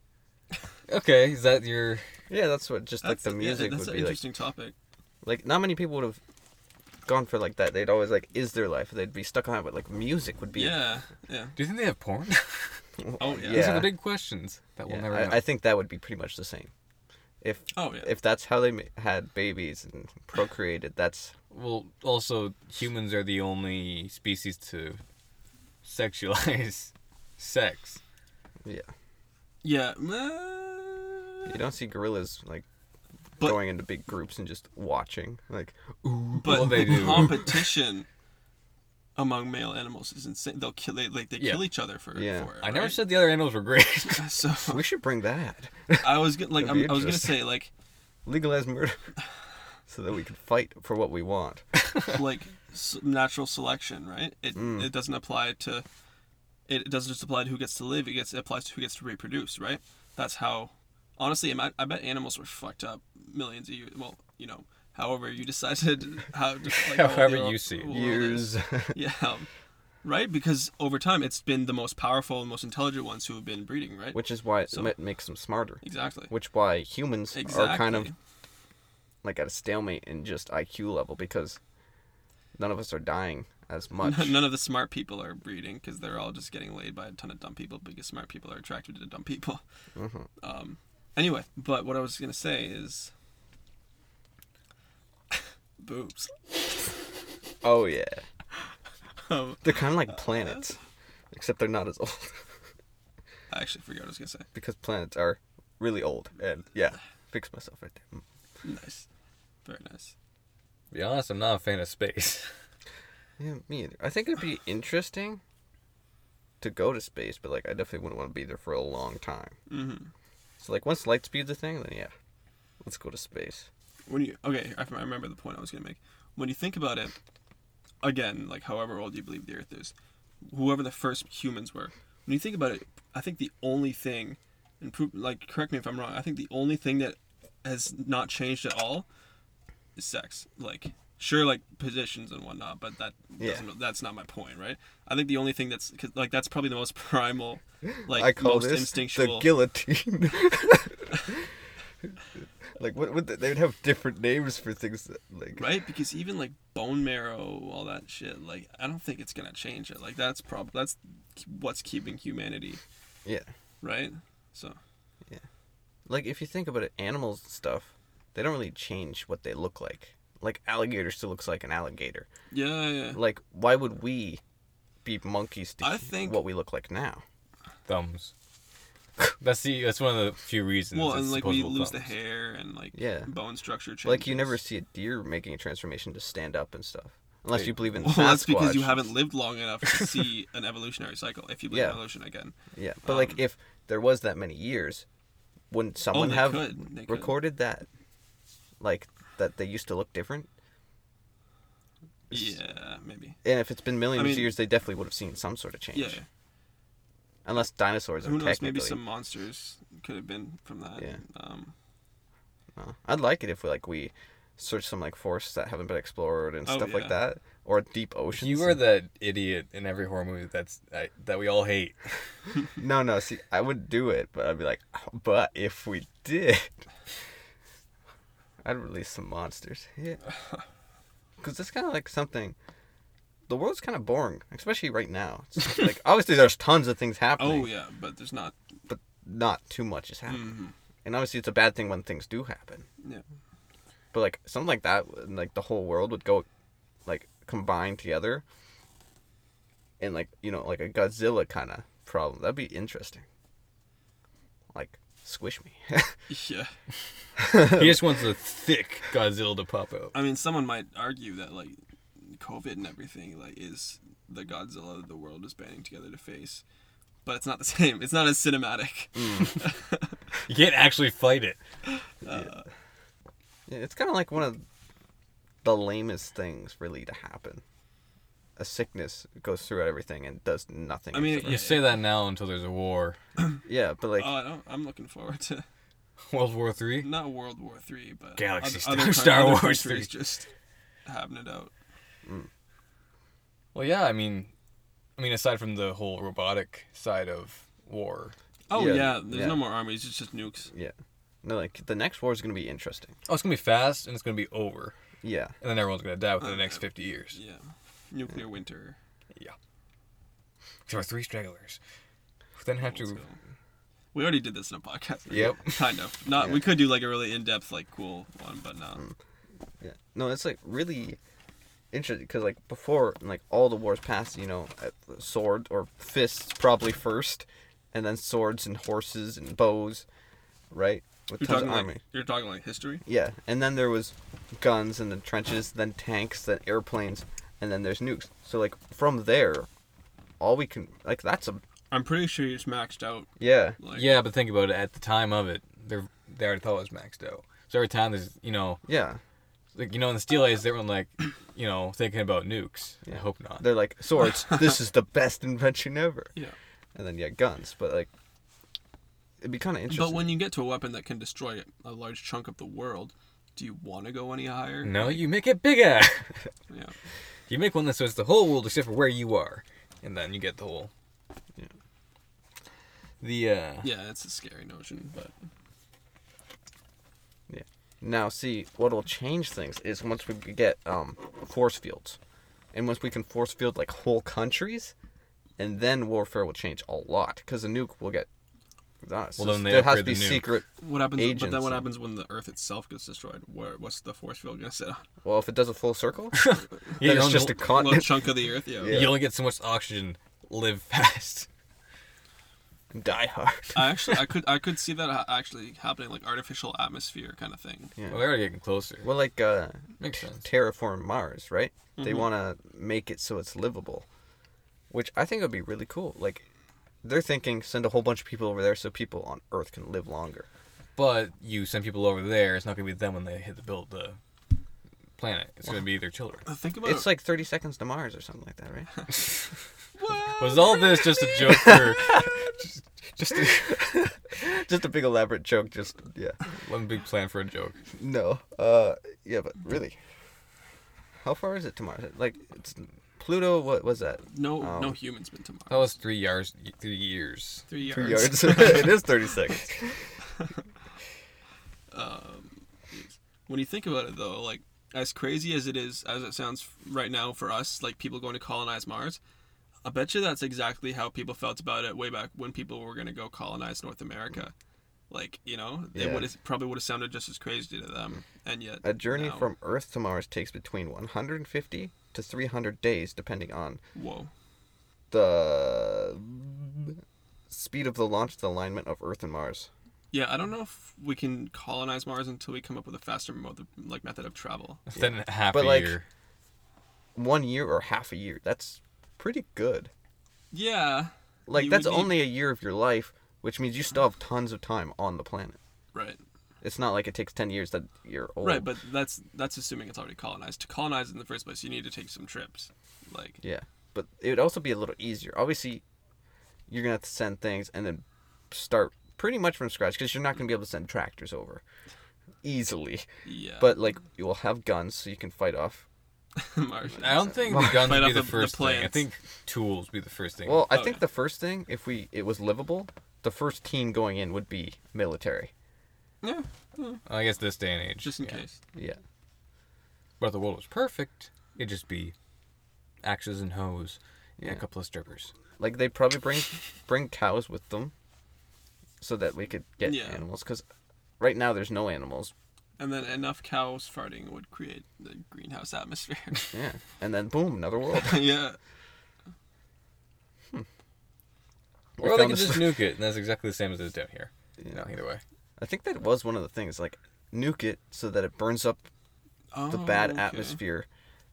A: Okay, is that your?
C: Yeah, that's what just like
B: That's-
C: the
B: yeah,
C: music
B: that's
C: would
B: an
C: be like.
B: interesting topic.
C: Like not many people would have gone for like that. They'd always like is their life. They'd be stuck on that, but like music would be. <laughs>
B: Yeah, yeah.
A: Do you think they have porn? <laughs>
B: Oh yeah.
A: These are
C: Yeah.
A: the big questions that we'll
C: Yeah,
A: never know.
C: I, I think that would be pretty much the same. If
B: Oh yeah.
C: if that's how they ma- had babies and procreated, that's
A: well, also humans are the only species to sexualize <laughs> sex.
C: yeah.
B: yeah. uh,
C: You don't see gorillas like
B: But-
C: going into big groups and just watching. Like, ooh,
B: But
A: Well, they
B: the
A: do.
B: competition among male animals is insane. They'll kill they, like they
A: Yeah.
B: kill each other for,
C: Yeah.
B: for it.
A: I never
B: right?
A: said the other animals were great.
B: <laughs>
A: <laughs>
B: So
C: we should bring that. <laughs>
B: I was gonna like
C: That'd be
B: I'm, I was gonna
C: interesting.
B: say like
C: Legalize murder, <sighs> so that we can fight for what we want.
B: like s- natural selection, right? It it doesn't apply to it doesn't just apply to who gets to live. It gets it applies to who gets to reproduce, right? That's how. Honestly, I bet- I bet animals were fucked up millions of years. Well, you know, however you decided <laughs> how. To, like, how
A: However
B: the
A: you see it.
B: world is.
C: Years.
B: <laughs> Yeah. um, Right, because over time it's been the most powerful and most intelligent ones who have been breeding, right?
C: <laughs> which is why it
B: So-
C: ma- makes them smarter.
B: exactly.
C: Which why humans
B: exactly.
C: are kind of like at a stalemate in just IQ level because none of us are dying
B: <laughs>
C: as much.
B: None of the smart people are breeding because they're all just getting laid by a ton of dumb people because smart people are attracted to dumb people. Um, anyway, but what I was going to say is <laughs> boobs. <laughs>
C: Oh yeah,
B: Um,
C: they're kind
B: <laughs>
C: of like planets, except they're not as old <laughs>
B: I actually forgot what I was going to say.
C: because planets are really old. And yeah, fix myself right there.
B: Nice. Very nice.
A: be honest, I'm not a fan of space.
C: Yeah, me either. I think
B: <sighs>
C: it'd be interesting to go to space, but like I definitely wouldn't want to be there for a long time.
B: hmm
C: So like once light speed's a thing, then yeah, let's go to space.
B: When you okay, I I remember the point I was going to make. When you think about it, again, like however old you believe the Earth is, whoever the first humans were. When you think about it, I think the only thing, and prove, like correct me if I'm wrong, I think the only thing that has not changed at all is sex. Like sure, like positions and whatnot, but that
C: Yeah.
B: doesn't. That's not my point, right? I think the only thing that's 'cause, like that's probably the most <laughs>
C: <laughs>
B: primal, like
C: I call
B: most
C: this
B: instinctual.
C: the guillotine. <laughs> like what would they, they would have different names for things that, like
B: right because even like bone marrow all that shit like i don't think it's gonna change it like that's prob that's what's keeping humanity
C: yeah.
B: right so
C: Like if you think about it, animals and stuff, they don't really change what they look like. like alligator still looks like an
B: <laughs>
C: alligator.
B: Yeah, yeah.
C: Like why would we be monkeys to
B: I
C: he-
B: think-
C: what we look like now?
A: thumbs. <laughs> That's the that's one of the few reasons.
B: Well,
A: it's
B: and like we
A: supposable
B: lose the
A: thumbs.
B: hair and like
C: Yeah.
B: bone structure changes.
C: Like you never see a deer making a transformation to stand up and stuff. Unless
A: Wait.
C: you believe in
B: <laughs> Well, that's because you
C: Sasquatch.
B: haven't lived long enough to
C: <laughs>
B: see an evolutionary cycle. If you believe
C: Yeah.
B: in evolution again,
C: Yeah, but like if there was that many years, wouldn't
B: um,
C: someone
B: Oh, they
C: have
B: could, they could.
C: recorded that? Like that they used to look different. It's-
B: yeah, maybe.
C: And if it's been millions
B: I
C: of
B: mean-
C: years, they definitely would have seen some sort of change.
B: Yeah,
C: Unless dinosaurs are
B: who knows?
C: technically.
B: Maybe some monsters could have been from that.
C: Yeah.
B: Um,
C: Uh, I'd like it if we like we search some like forests that haven't been explored and
B: Oh,
C: stuff
B: yeah.
C: like that, or deep oceans.
A: You are the idiot in every horror movie that's I, that we all hate.
C: No, no. See, I would do it, but I'd be like, <laughs> but if we did, I'd release some monsters.
B: <laughs>
C: Yeah. Because it's kind of like something. The world's kind of boring, especially right now. It's
B: <laughs>
C: just, like obviously there's tons of things happening,
B: oh yeah, but there's not.
C: but not too much is happening.
B: Mhm.
C: And obviously it's a bad thing when things do happen.
B: Yeah. <laughs>
C: But like something like that, and, like the whole world would go, like combined together. And like you know, like a Godzilla kind of problem. That'd be interesting. Like squish me. <laughs>
B: Yeah.
A: <laughs> He just wants a thick Godzilla to pop out.
B: I mean, someone might argue that like COVID and everything like is the Godzilla that the world is banding together to face, but it's not the <laughs> same. It's not as cinematic.
C: Hmm.
B: Oh,
A: You can't actually fight it.
C: Yeah, it's kind of like one of the lamest things really to happen. A sickness goes through everything and does nothing.
B: I mean,
C: after
A: You say that now until there's a war, <laughs>
C: it. yeah, but like,
B: oh, I don't, I'm looking forward to <laughs>
A: World War Three.
B: not World War Three, but
A: Galaxy
B: oth-
A: Star-
B: coun-
A: Star Wars 3.
B: countries just having it out.
A: Well, yeah, I mean, I mean, aside from the whole robotic side of war.
B: Oh
C: Yeah,
B: yeah, there's
C: yeah.
B: no more armies. It's just nukes.
C: yeah, no, like the next war is gonna be interesting.
A: Oh, it's gonna be fast and it's gonna be over,
C: Yeah,
A: and then everyone's gonna die within the next fifty years.
B: Uh, Yeah, nuclear winter.
A: Except for three stragglers. Who Then have
B: Let's
A: to
B: go. We already did this in a podcast.
C: Yep.
B: kind of. Not. We could do like a really in-depth, like cool one, but not.
C: Hmm. yeah. No, it's like really interesting because like before, like all the wars past, you know, uh, sword or fists probably first, and then swords and horses and bows, right? With
B: You're
C: tons of
B: talking
C: army.
B: like you're talking like history.
C: Yeah, and then there was guns and then trenches, then tanks, then airplanes, and then there's nukes. So like from there, all we can like that's a
B: I'm pretty sure you just maxed out.
C: yeah
B: Like,
A: Yeah, but think about it. At the time of it, they they already thought it was maxed out. So every time there's, you know,
C: yeah.
A: like you know, in the Steel Age, they were like, <clears throat> you know, thinking about nukes. I
C: Yeah.
A: hope not.
C: They're like
B: <laughs>
C: swords. this is the best invention ever.
B: Yeah.
C: And then yeah, guns. But like, it'd be kind of interesting.
B: But when you get to a weapon that can destroy a large chunk of the world, do you want to go any higher?
A: No, you make it bigger. <laughs>
B: Yeah.
A: you make one that says the whole world except for where you are, and then you get the whole.
C: Yeah.
A: The uh,
B: Yeah, it's a scary notion, but
C: Now, see, what'll change things is once we get um, force fields, and once we can force field like whole countries, and then warfare will change a lot because the nuke will get. Uh, so
A: then they
C: there has to
A: upgrade the
C: be
A: nuke.
C: secret.
B: what happens? but then
C: Agents.
B: what happens when the Earth itself gets destroyed? Where what's the force field gonna sit on?
C: <laughs> Well, if it does a
A: <laughs>
C: full circle,
A: yeah,
C: then
A: you
C: it's
A: only,
C: just a
B: A little
C: continent. <laughs>
B: chunk of the Earth. Yeah.
C: Yeah.
A: you only get so much oxygen. Live <laughs> fast.
C: Die hard.
B: I actually, I could, I could see that ha- actually happening, like artificial atmosphere kind of thing.
C: Yeah.
A: Well, they're already getting closer.
C: Well, like uh,
A: Makes
C: t-
A: sense. Mm-hmm.
C: terraform Mars, right? They want to make it so it's livable, which I think would be really cool. Like, they're thinking send a whole bunch of people over there so people on Earth can live longer.
A: But you send people over there, it's not gonna be them when they hit the build the planet. It's gonna be their children.
B: Uh, Think about it.
C: It's like 30 seconds to Mars or something like that, right?
A: Was all this just a joke for just, just a,
C: <laughs> just a big elaborate joke just yeah
A: one big plan for a joke?
C: no uh yeah but really how far is it to mars like it's pluto what was that
B: no, no
C: um,
B: human's been to Mars.
A: That was three years. Three years.
B: three yards.
C: three yards <laughs> it is 30 seconds
B: When you think about it, though, like as crazy as it is, as it sounds right now for us, like people going to colonize Mars, I bet you that's exactly how people felt about it way back when people were going to go colonize North America. Like you know, it
C: Yeah.
B: would have probably would have sounded just as crazy to them, and yet
C: A journey
B: now-
C: from Earth to Mars takes between 150 to 300 days, depending on
B: whoa,
C: the speed of the launch to the alignment of Earth and Mars.
B: yeah, I don't know if we can colonize Mars until we come up with a faster mode, like method of travel.
A: Then half
C: But,
A: a
C: like,
A: year.
C: One year or half a year. That's pretty good.
B: Yeah,
C: Like
B: You
C: that's
B: would need-
C: only a year of your life, which means you still have tons of time on the planet.
B: right,
C: It's not like it takes 10 years that you're old.
B: right, but that's that's assuming it's already colonized. To colonize in the first place, you need to take some trips, like
C: Yeah, but it would also be a little easier. Obviously, you're gonna have to send things and then start pretty much from scratch because you're not gonna be able to send tractors over easily.
B: yeah,
C: But like, you will have guns so you can fight off.
B: Mars.
A: I don't think the guns would
B: Fight
A: be
B: off
A: the
B: the- the
A: first thing. I
B: plants.
A: think tools would be the first thing.
C: Well, I
B: Oh,
C: think
B: yeah.
C: the first thing, if we it was livable, the first team going in would be military.
B: yeah,
A: I guess this day and age.
B: just in
A: yeah.
B: case.
C: Yeah,
A: But if the world was perfect, it'd just be axes and hoes and a
C: Yeah.
A: couple of strippers.
C: like they'd probably bring bring cows with them, so that we could get
B: Yeah.
C: animals. Because right now there's no animals.
B: And then enough cows farting would create the greenhouse atmosphere.
C: <laughs> Yeah, and then boom,
B: <laughs>
C: another world.
B: yeah.
C: We
A: Or they
C: found
A: could
C: this-
A: just nuke it, and that's exactly the same as it is down here. You know, either way.
C: <laughs> I think that was one of the things, like nuke it so that it burns up
B: Oh,
C: the bad
B: okay.
C: atmosphere,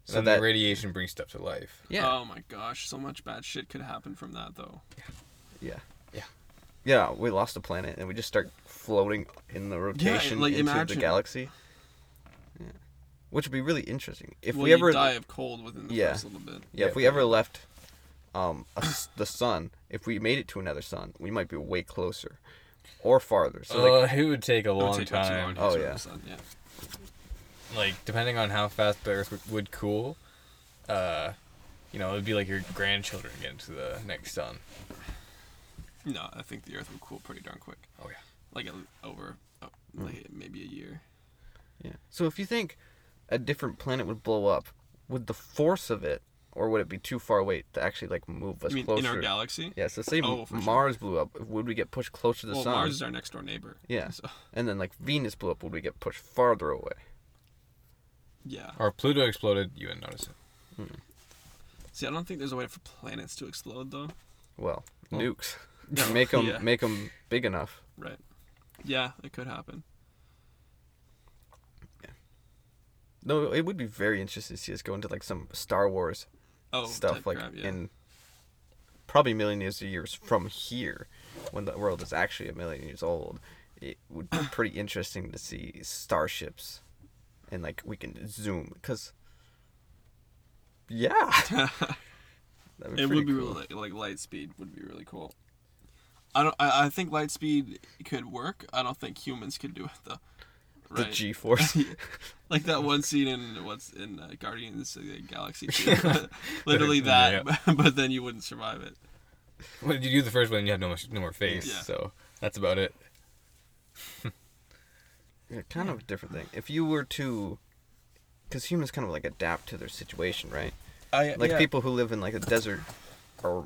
C: so
A: then
C: that
A: the radiation brings stuff to life.
C: yeah,
B: Oh my gosh, so much bad shit could happen from that though.
C: yeah,
A: Yeah.
C: yeah. We lost a planet and we just start floating in the rotation
B: like,
C: into
B: imagine.
C: the galaxy. Yeah, which would be really interesting if
B: well,
C: we
B: you
C: ever
B: die of cold within the
C: Yeah.
B: first little bit.
C: yeah, if we ever left um a s the sun, if we made it to another sun, we might be way closer or farther. So like
A: uh, it would take a
B: It would
A: long
B: take way too
A: time.
B: long to
C: Oh,
B: absorb
C: yeah.
B: the sun, yeah.
A: Like, depending on how fast the Earth would, would cool, uh, you know, it would be like your grandchildren getting to the next sun.
B: No, I think the Earth would cool pretty darn quick.
A: Oh, yeah.
B: Like a, over, oh,
C: Hmm.
B: like maybe a year.
C: yeah. So if you think a different planet would blow up, would the force of it, or would it be too far away to actually like move us
B: I mean,
C: closer?
B: in our galaxy.
C: Yeah, so say M-
B: Oh, for sure.
C: Mars blew up, would we get pushed closer to the
B: well,
C: sun?
B: Mars is our next door neighbor.
C: Yeah.
B: <laughs> So
C: And then like Venus blew up, would we get pushed farther away?
B: yeah.
A: Or if Pluto exploded, you wouldn't notice it.
B: See, I don't think there's a way for planets to explode though.
C: Well,
A: Well,
C: nukes.
B: <laughs> no,
C: make them
B: yeah.
C: big enough.
B: Right. Yeah, it could happen.
C: No, it would be very interesting to see us go into like some Star Wars
B: Oh,
C: stuff
B: type
C: like
B: crap, yeah.
C: in probably million years of years from here when the world is actually a million years old. It
B: <clears throat>
C: would be pretty interesting to see starships and like we can zoom cuz yeah.
B: <laughs>
C: That'd
B: it
C: pretty
B: would be
C: cool.
B: really like light speed would be really cool. I don't. I, I think light speed could work. I don't think humans could do it though.
C: the G force.
B: <laughs> like that one scene in what's in uh, Guardians of the Galaxy
C: <laughs>
B: 2. <laughs> literally
A: Yeah.
B: that, <laughs> but then you wouldn't survive it.
A: Well, you do the first one, you have no, much, no more face,
B: Yeah.
A: so that's about it.
C: Yeah, kind of a different thing. If you were to, because humans kind of like adapt to their situation, right?
B: I
C: Like people who live in like a desert, or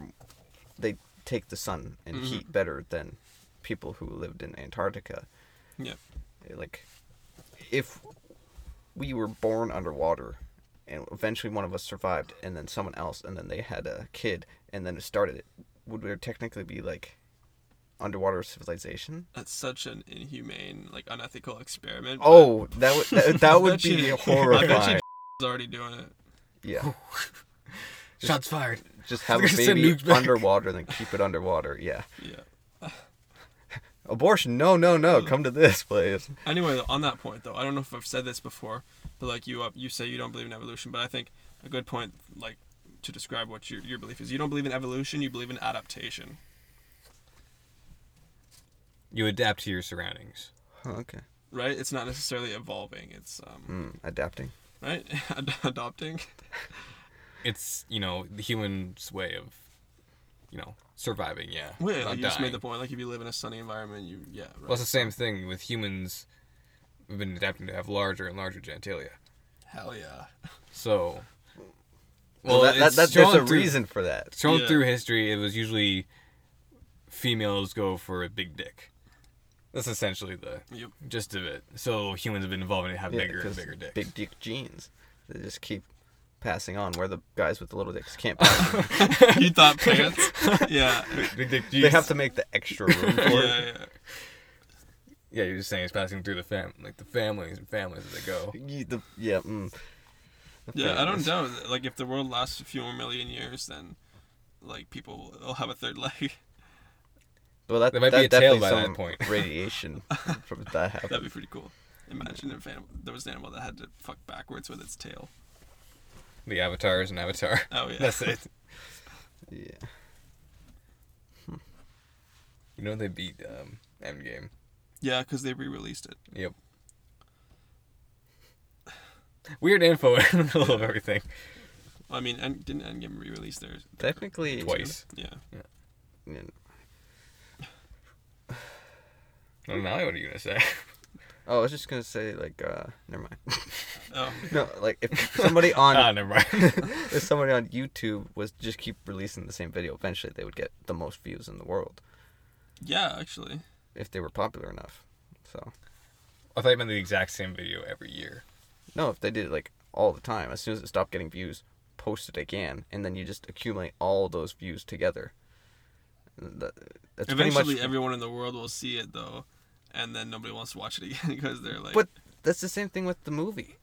C: they take the sun and
B: Mm-hmm.
C: heat better than people who lived in Antarctica.
B: Yeah.
C: Like, if we were born underwater, and eventually one of us survived, and then someone else, and then they had a kid, and then it started, it would there technically be like underwater civilization?
B: That's such an inhumane, like unethical experiment. but
C: Oh, that would
B: <laughs>
C: that,
B: I
C: that would
B: bet
C: be
B: you- I bet
C: <laughs> horrifying.
B: you <laughs> is already doing it.
C: Yeah. Just-
A: Shots fired.
C: Just have
A: We're
C: a
A: gonna send
C: baby
A: nukes back.
C: underwater and then keep it underwater. Yeah.
B: Yeah.
C: Abortion, no, no, no.
A: Hmm.
C: Come to this, please.
B: Anyway, on that point though, I don't know if I've said this before, but like you, uh, you say you don't believe in evolution, but I think a good point, like to describe what your your belief is, you don't believe in evolution, you believe in adaptation.
A: You adapt to your surroundings.
C: Oh, okay.
B: Right? It's not necessarily evolving. It's um,
C: Mm, adapting.
A: Hmm.
B: right <laughs> Ad- adopting.
A: It's, you know, the human's way of, you know, surviving, yeah.
B: Well, yeah,
A: not
B: you just made
A: dying.
B: the point. Like if you live in a sunny environment, you yeah. Right.
A: Well, it's the same thing with humans. We've been adapting to have larger and larger genitalia.
B: Hell
A: <laughs>
B: yeah.
A: So,
C: Well, that, that,
A: it's
C: that, there's
A: shown
C: a
A: through-
C: reason for that.
A: Shown
B: Yeah.
A: through history, it was usually females go for a big dick. That's essentially the
B: Yep.
A: gist of it. So humans have been evolving to have
C: Yeah,
A: bigger and
C: 'cause
A: bigger dicks.
C: Big dick genes. They just keep passing on where the guys with the little
A: <laughs>
C: dicks can't. pass.
B: You thought pants? yeah.
A: Big dick
C: they
A: genes.
C: have to make the extra room for
B: Yeah,
C: it.
B: yeah.
A: Yeah, you're just saying it's passing through the fam, like the families and families as they go.
C: Ye- the- yeah, mm. The
B: Yeah, I don't
C: families.
B: doubt. it. Like, if the world lasts a few more million years, then like people will have a third <laughs> leg.
C: Well, that,
A: There might
C: that,
A: be a tail
C: definitely
A: by that
C: some
A: point. <laughs>
C: radiation from
B: <laughs>
C: that
B: That'd be
C: happened.
B: pretty cool. Imagine if an- there was an animal that had to fuck backwards with its tail.
A: The avatar is an avatar. <laughs>
B: Oh yeah.
A: That's it.
C: Yeah.
A: You know they beat um, Endgame.
B: <laughs> Yeah, because they re-released it.
A: Yep. Weird info <laughs> in the middle of everything.
B: I mean, and didn't Endgame re-release theirs?
C: Technically,
A: Twice.
B: Yeah.
C: yeah,
A: Well, now what are you gonna say?
C: Oh, I was just gonna say like, uh, never mind. <laughs>
B: Oh.
C: No, like if somebody
A: <laughs>
C: on
A: ah, never mind.
C: if somebody on YouTube was just keep releasing the same video, eventually they would get the most views in the world
B: Yeah, actually.
C: if they were popular enough. So
A: I thought you meant the exact same video every year.
C: no, if they did it like all the time, as soon as it stopped getting views, post it again, and then you just accumulate all those views together. And that- that's pretty much.
B: Eventually, everyone in the world will see it though, and then nobody wants to watch it again <laughs> because they're like,
C: But that's the same thing with the movie.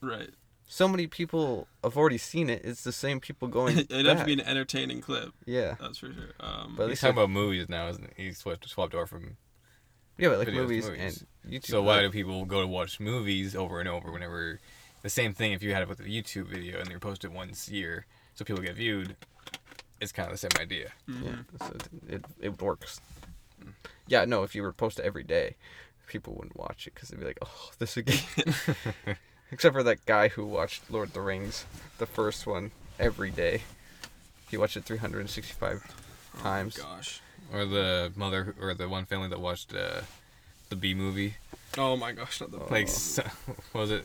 C: <laughs>
B: right.
C: So many people have already seen it. It's the same people
B: <laughs>
C: going.
B: It'd have to be
C: back.
B: an entertaining clip.
C: yeah,
B: That's for sure. Um,
C: But- At
A: He's
C: least
A: talking
C: I-
A: about movies now, isn't he? He swapped, swapped over from.
C: yeah, but like
A: Videos,
C: movies,
A: movies.
C: and YouTube.
A: So why
C: like-
A: do people go to watch movies over and over whenever the same thing? If you had it with a YouTube video and you post it once a year, so people get viewed, it's kind of the same idea.
C: Yeah, so it- it, it works. Yeah, no, if you were to post it every day, people wouldn't watch it because they'd be like, oh, <laughs> this again.
A: <laughs>
C: Except for that guy who watched Lord of the Rings, the first one, every day. He watched it 365
A: Oh
C: times.
B: oh gosh.
A: Or the mother, or the one family that watched uh, the B movie.
B: Oh my gosh, not the
A: Like, so, <laughs> what was it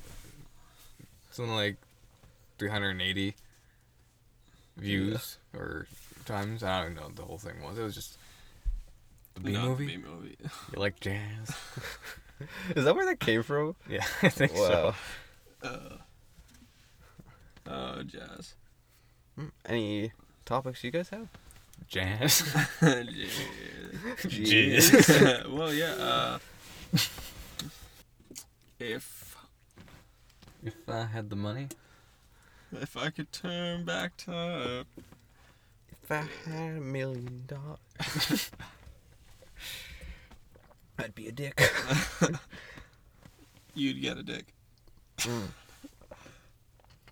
A: something like 380 views or times? I don't even know what the whole thing was. It was just the B
B: Not the
A: movie.
B: B movie. <laughs>
A: You like jazz?
C: Is that where that came from?
A: yeah, <laughs> I think so.
C: Wow.
B: Uh, Oh, jazz. <laughs>
C: Any topics you
A: <laughs>
C: guys have?
A: Jazz.
C: Jeez. <laughs>
B: Jeez. well, yeah. Uh, if
A: if I had the money,
B: if I could turn back time,
C: If I had a million dollars,
A: <laughs>
C: I'd be a dick. <laughs>
B: you'd get a dick.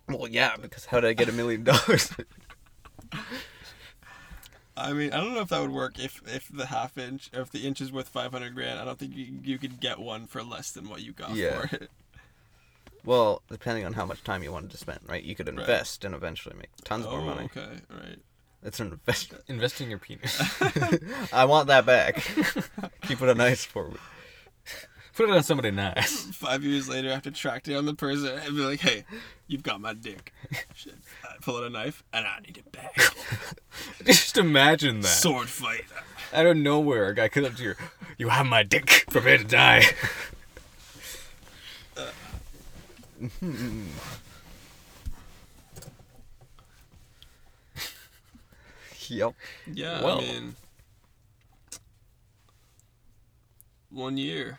C: well, yeah, because how did I get a
A: <laughs>
C: million dollars?
B: I mean, I don't know if that would work. If if the half inch, if the inch is worth five hundred grand, I don't think you, you could get one for less than what you got
C: Yeah.
B: for it.
C: Well, depending on how much time you wanted to spend, right? You could invest and eventually make tons more
B: oh,
C: money.
B: okay, right.
C: It's an investment.
A: invest in your penis.
C: I want that back. Keep it a nice for me.
A: <laughs> Put it on somebody <laughs> nice.
B: Five years later, I have to track down the person and be like, "Hey, you've got my
C: <laughs>
B: dick." Shit. I pull out a knife, and I need it back.
A: Just imagine that.
B: Sword fight.
A: Out of nowhere, a guy comes up to you. You have my dick. Prepare to <laughs> die.
C: Yep.
B: Yeah,
A: Well.
B: I mean, one year.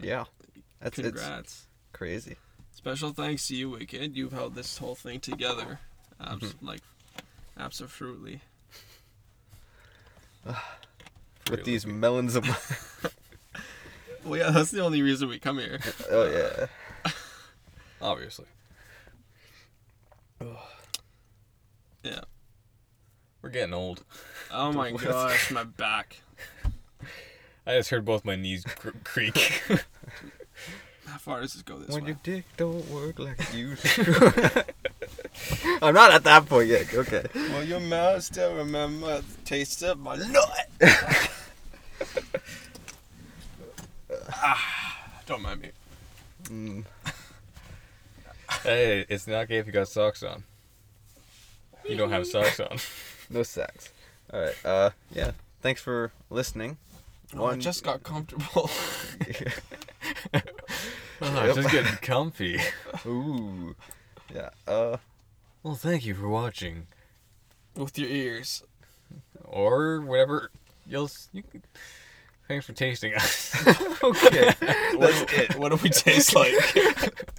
C: Yeah. That's it's
B: Congrats.
C: crazy.
B: Special thanks to you, Wicked. You've held this whole thing together, abs-
C: Mm-hmm.
B: like, absolutely.
C: With these melons of mine.
B: Well, yeah, <laughs> that's the only reason we come
C: <laughs>
B: here.
C: Oh yeah.
A: Obviously,
B: Yeah.
A: we're getting old.
B: Oh my
C: What?
B: gosh, my back.
A: I just heard both my knees cr- creak.
B: How far does this go this
C: When
B: way?
C: your dick don't work like you <laughs> should. I'm not at that point yet. Okay.
B: Well, your mouth still remember the taste of my
C: <laughs>
B: nut. ah, don't mind me.
C: Mm.
A: <laughs> Hey, it's not gay if you got socks on. You don't <laughs> have socks on.
C: No sex. All right. Uh, yeah. Thanks for listening. <laughs>
B: Oh, I just got comfortable. <laughs>
A: Oh,
C: Yep.
A: Just getting comfy.
C: Ooh. Yeah. Uh.
A: well, thank you for watching,
B: With your ears.
A: or whatever. You'll. s- You can... Thanks for tasting <laughs> us. <laughs>
C: Okay.
B: <laughs>
C: That's
B: What do we taste like?
C: Ah.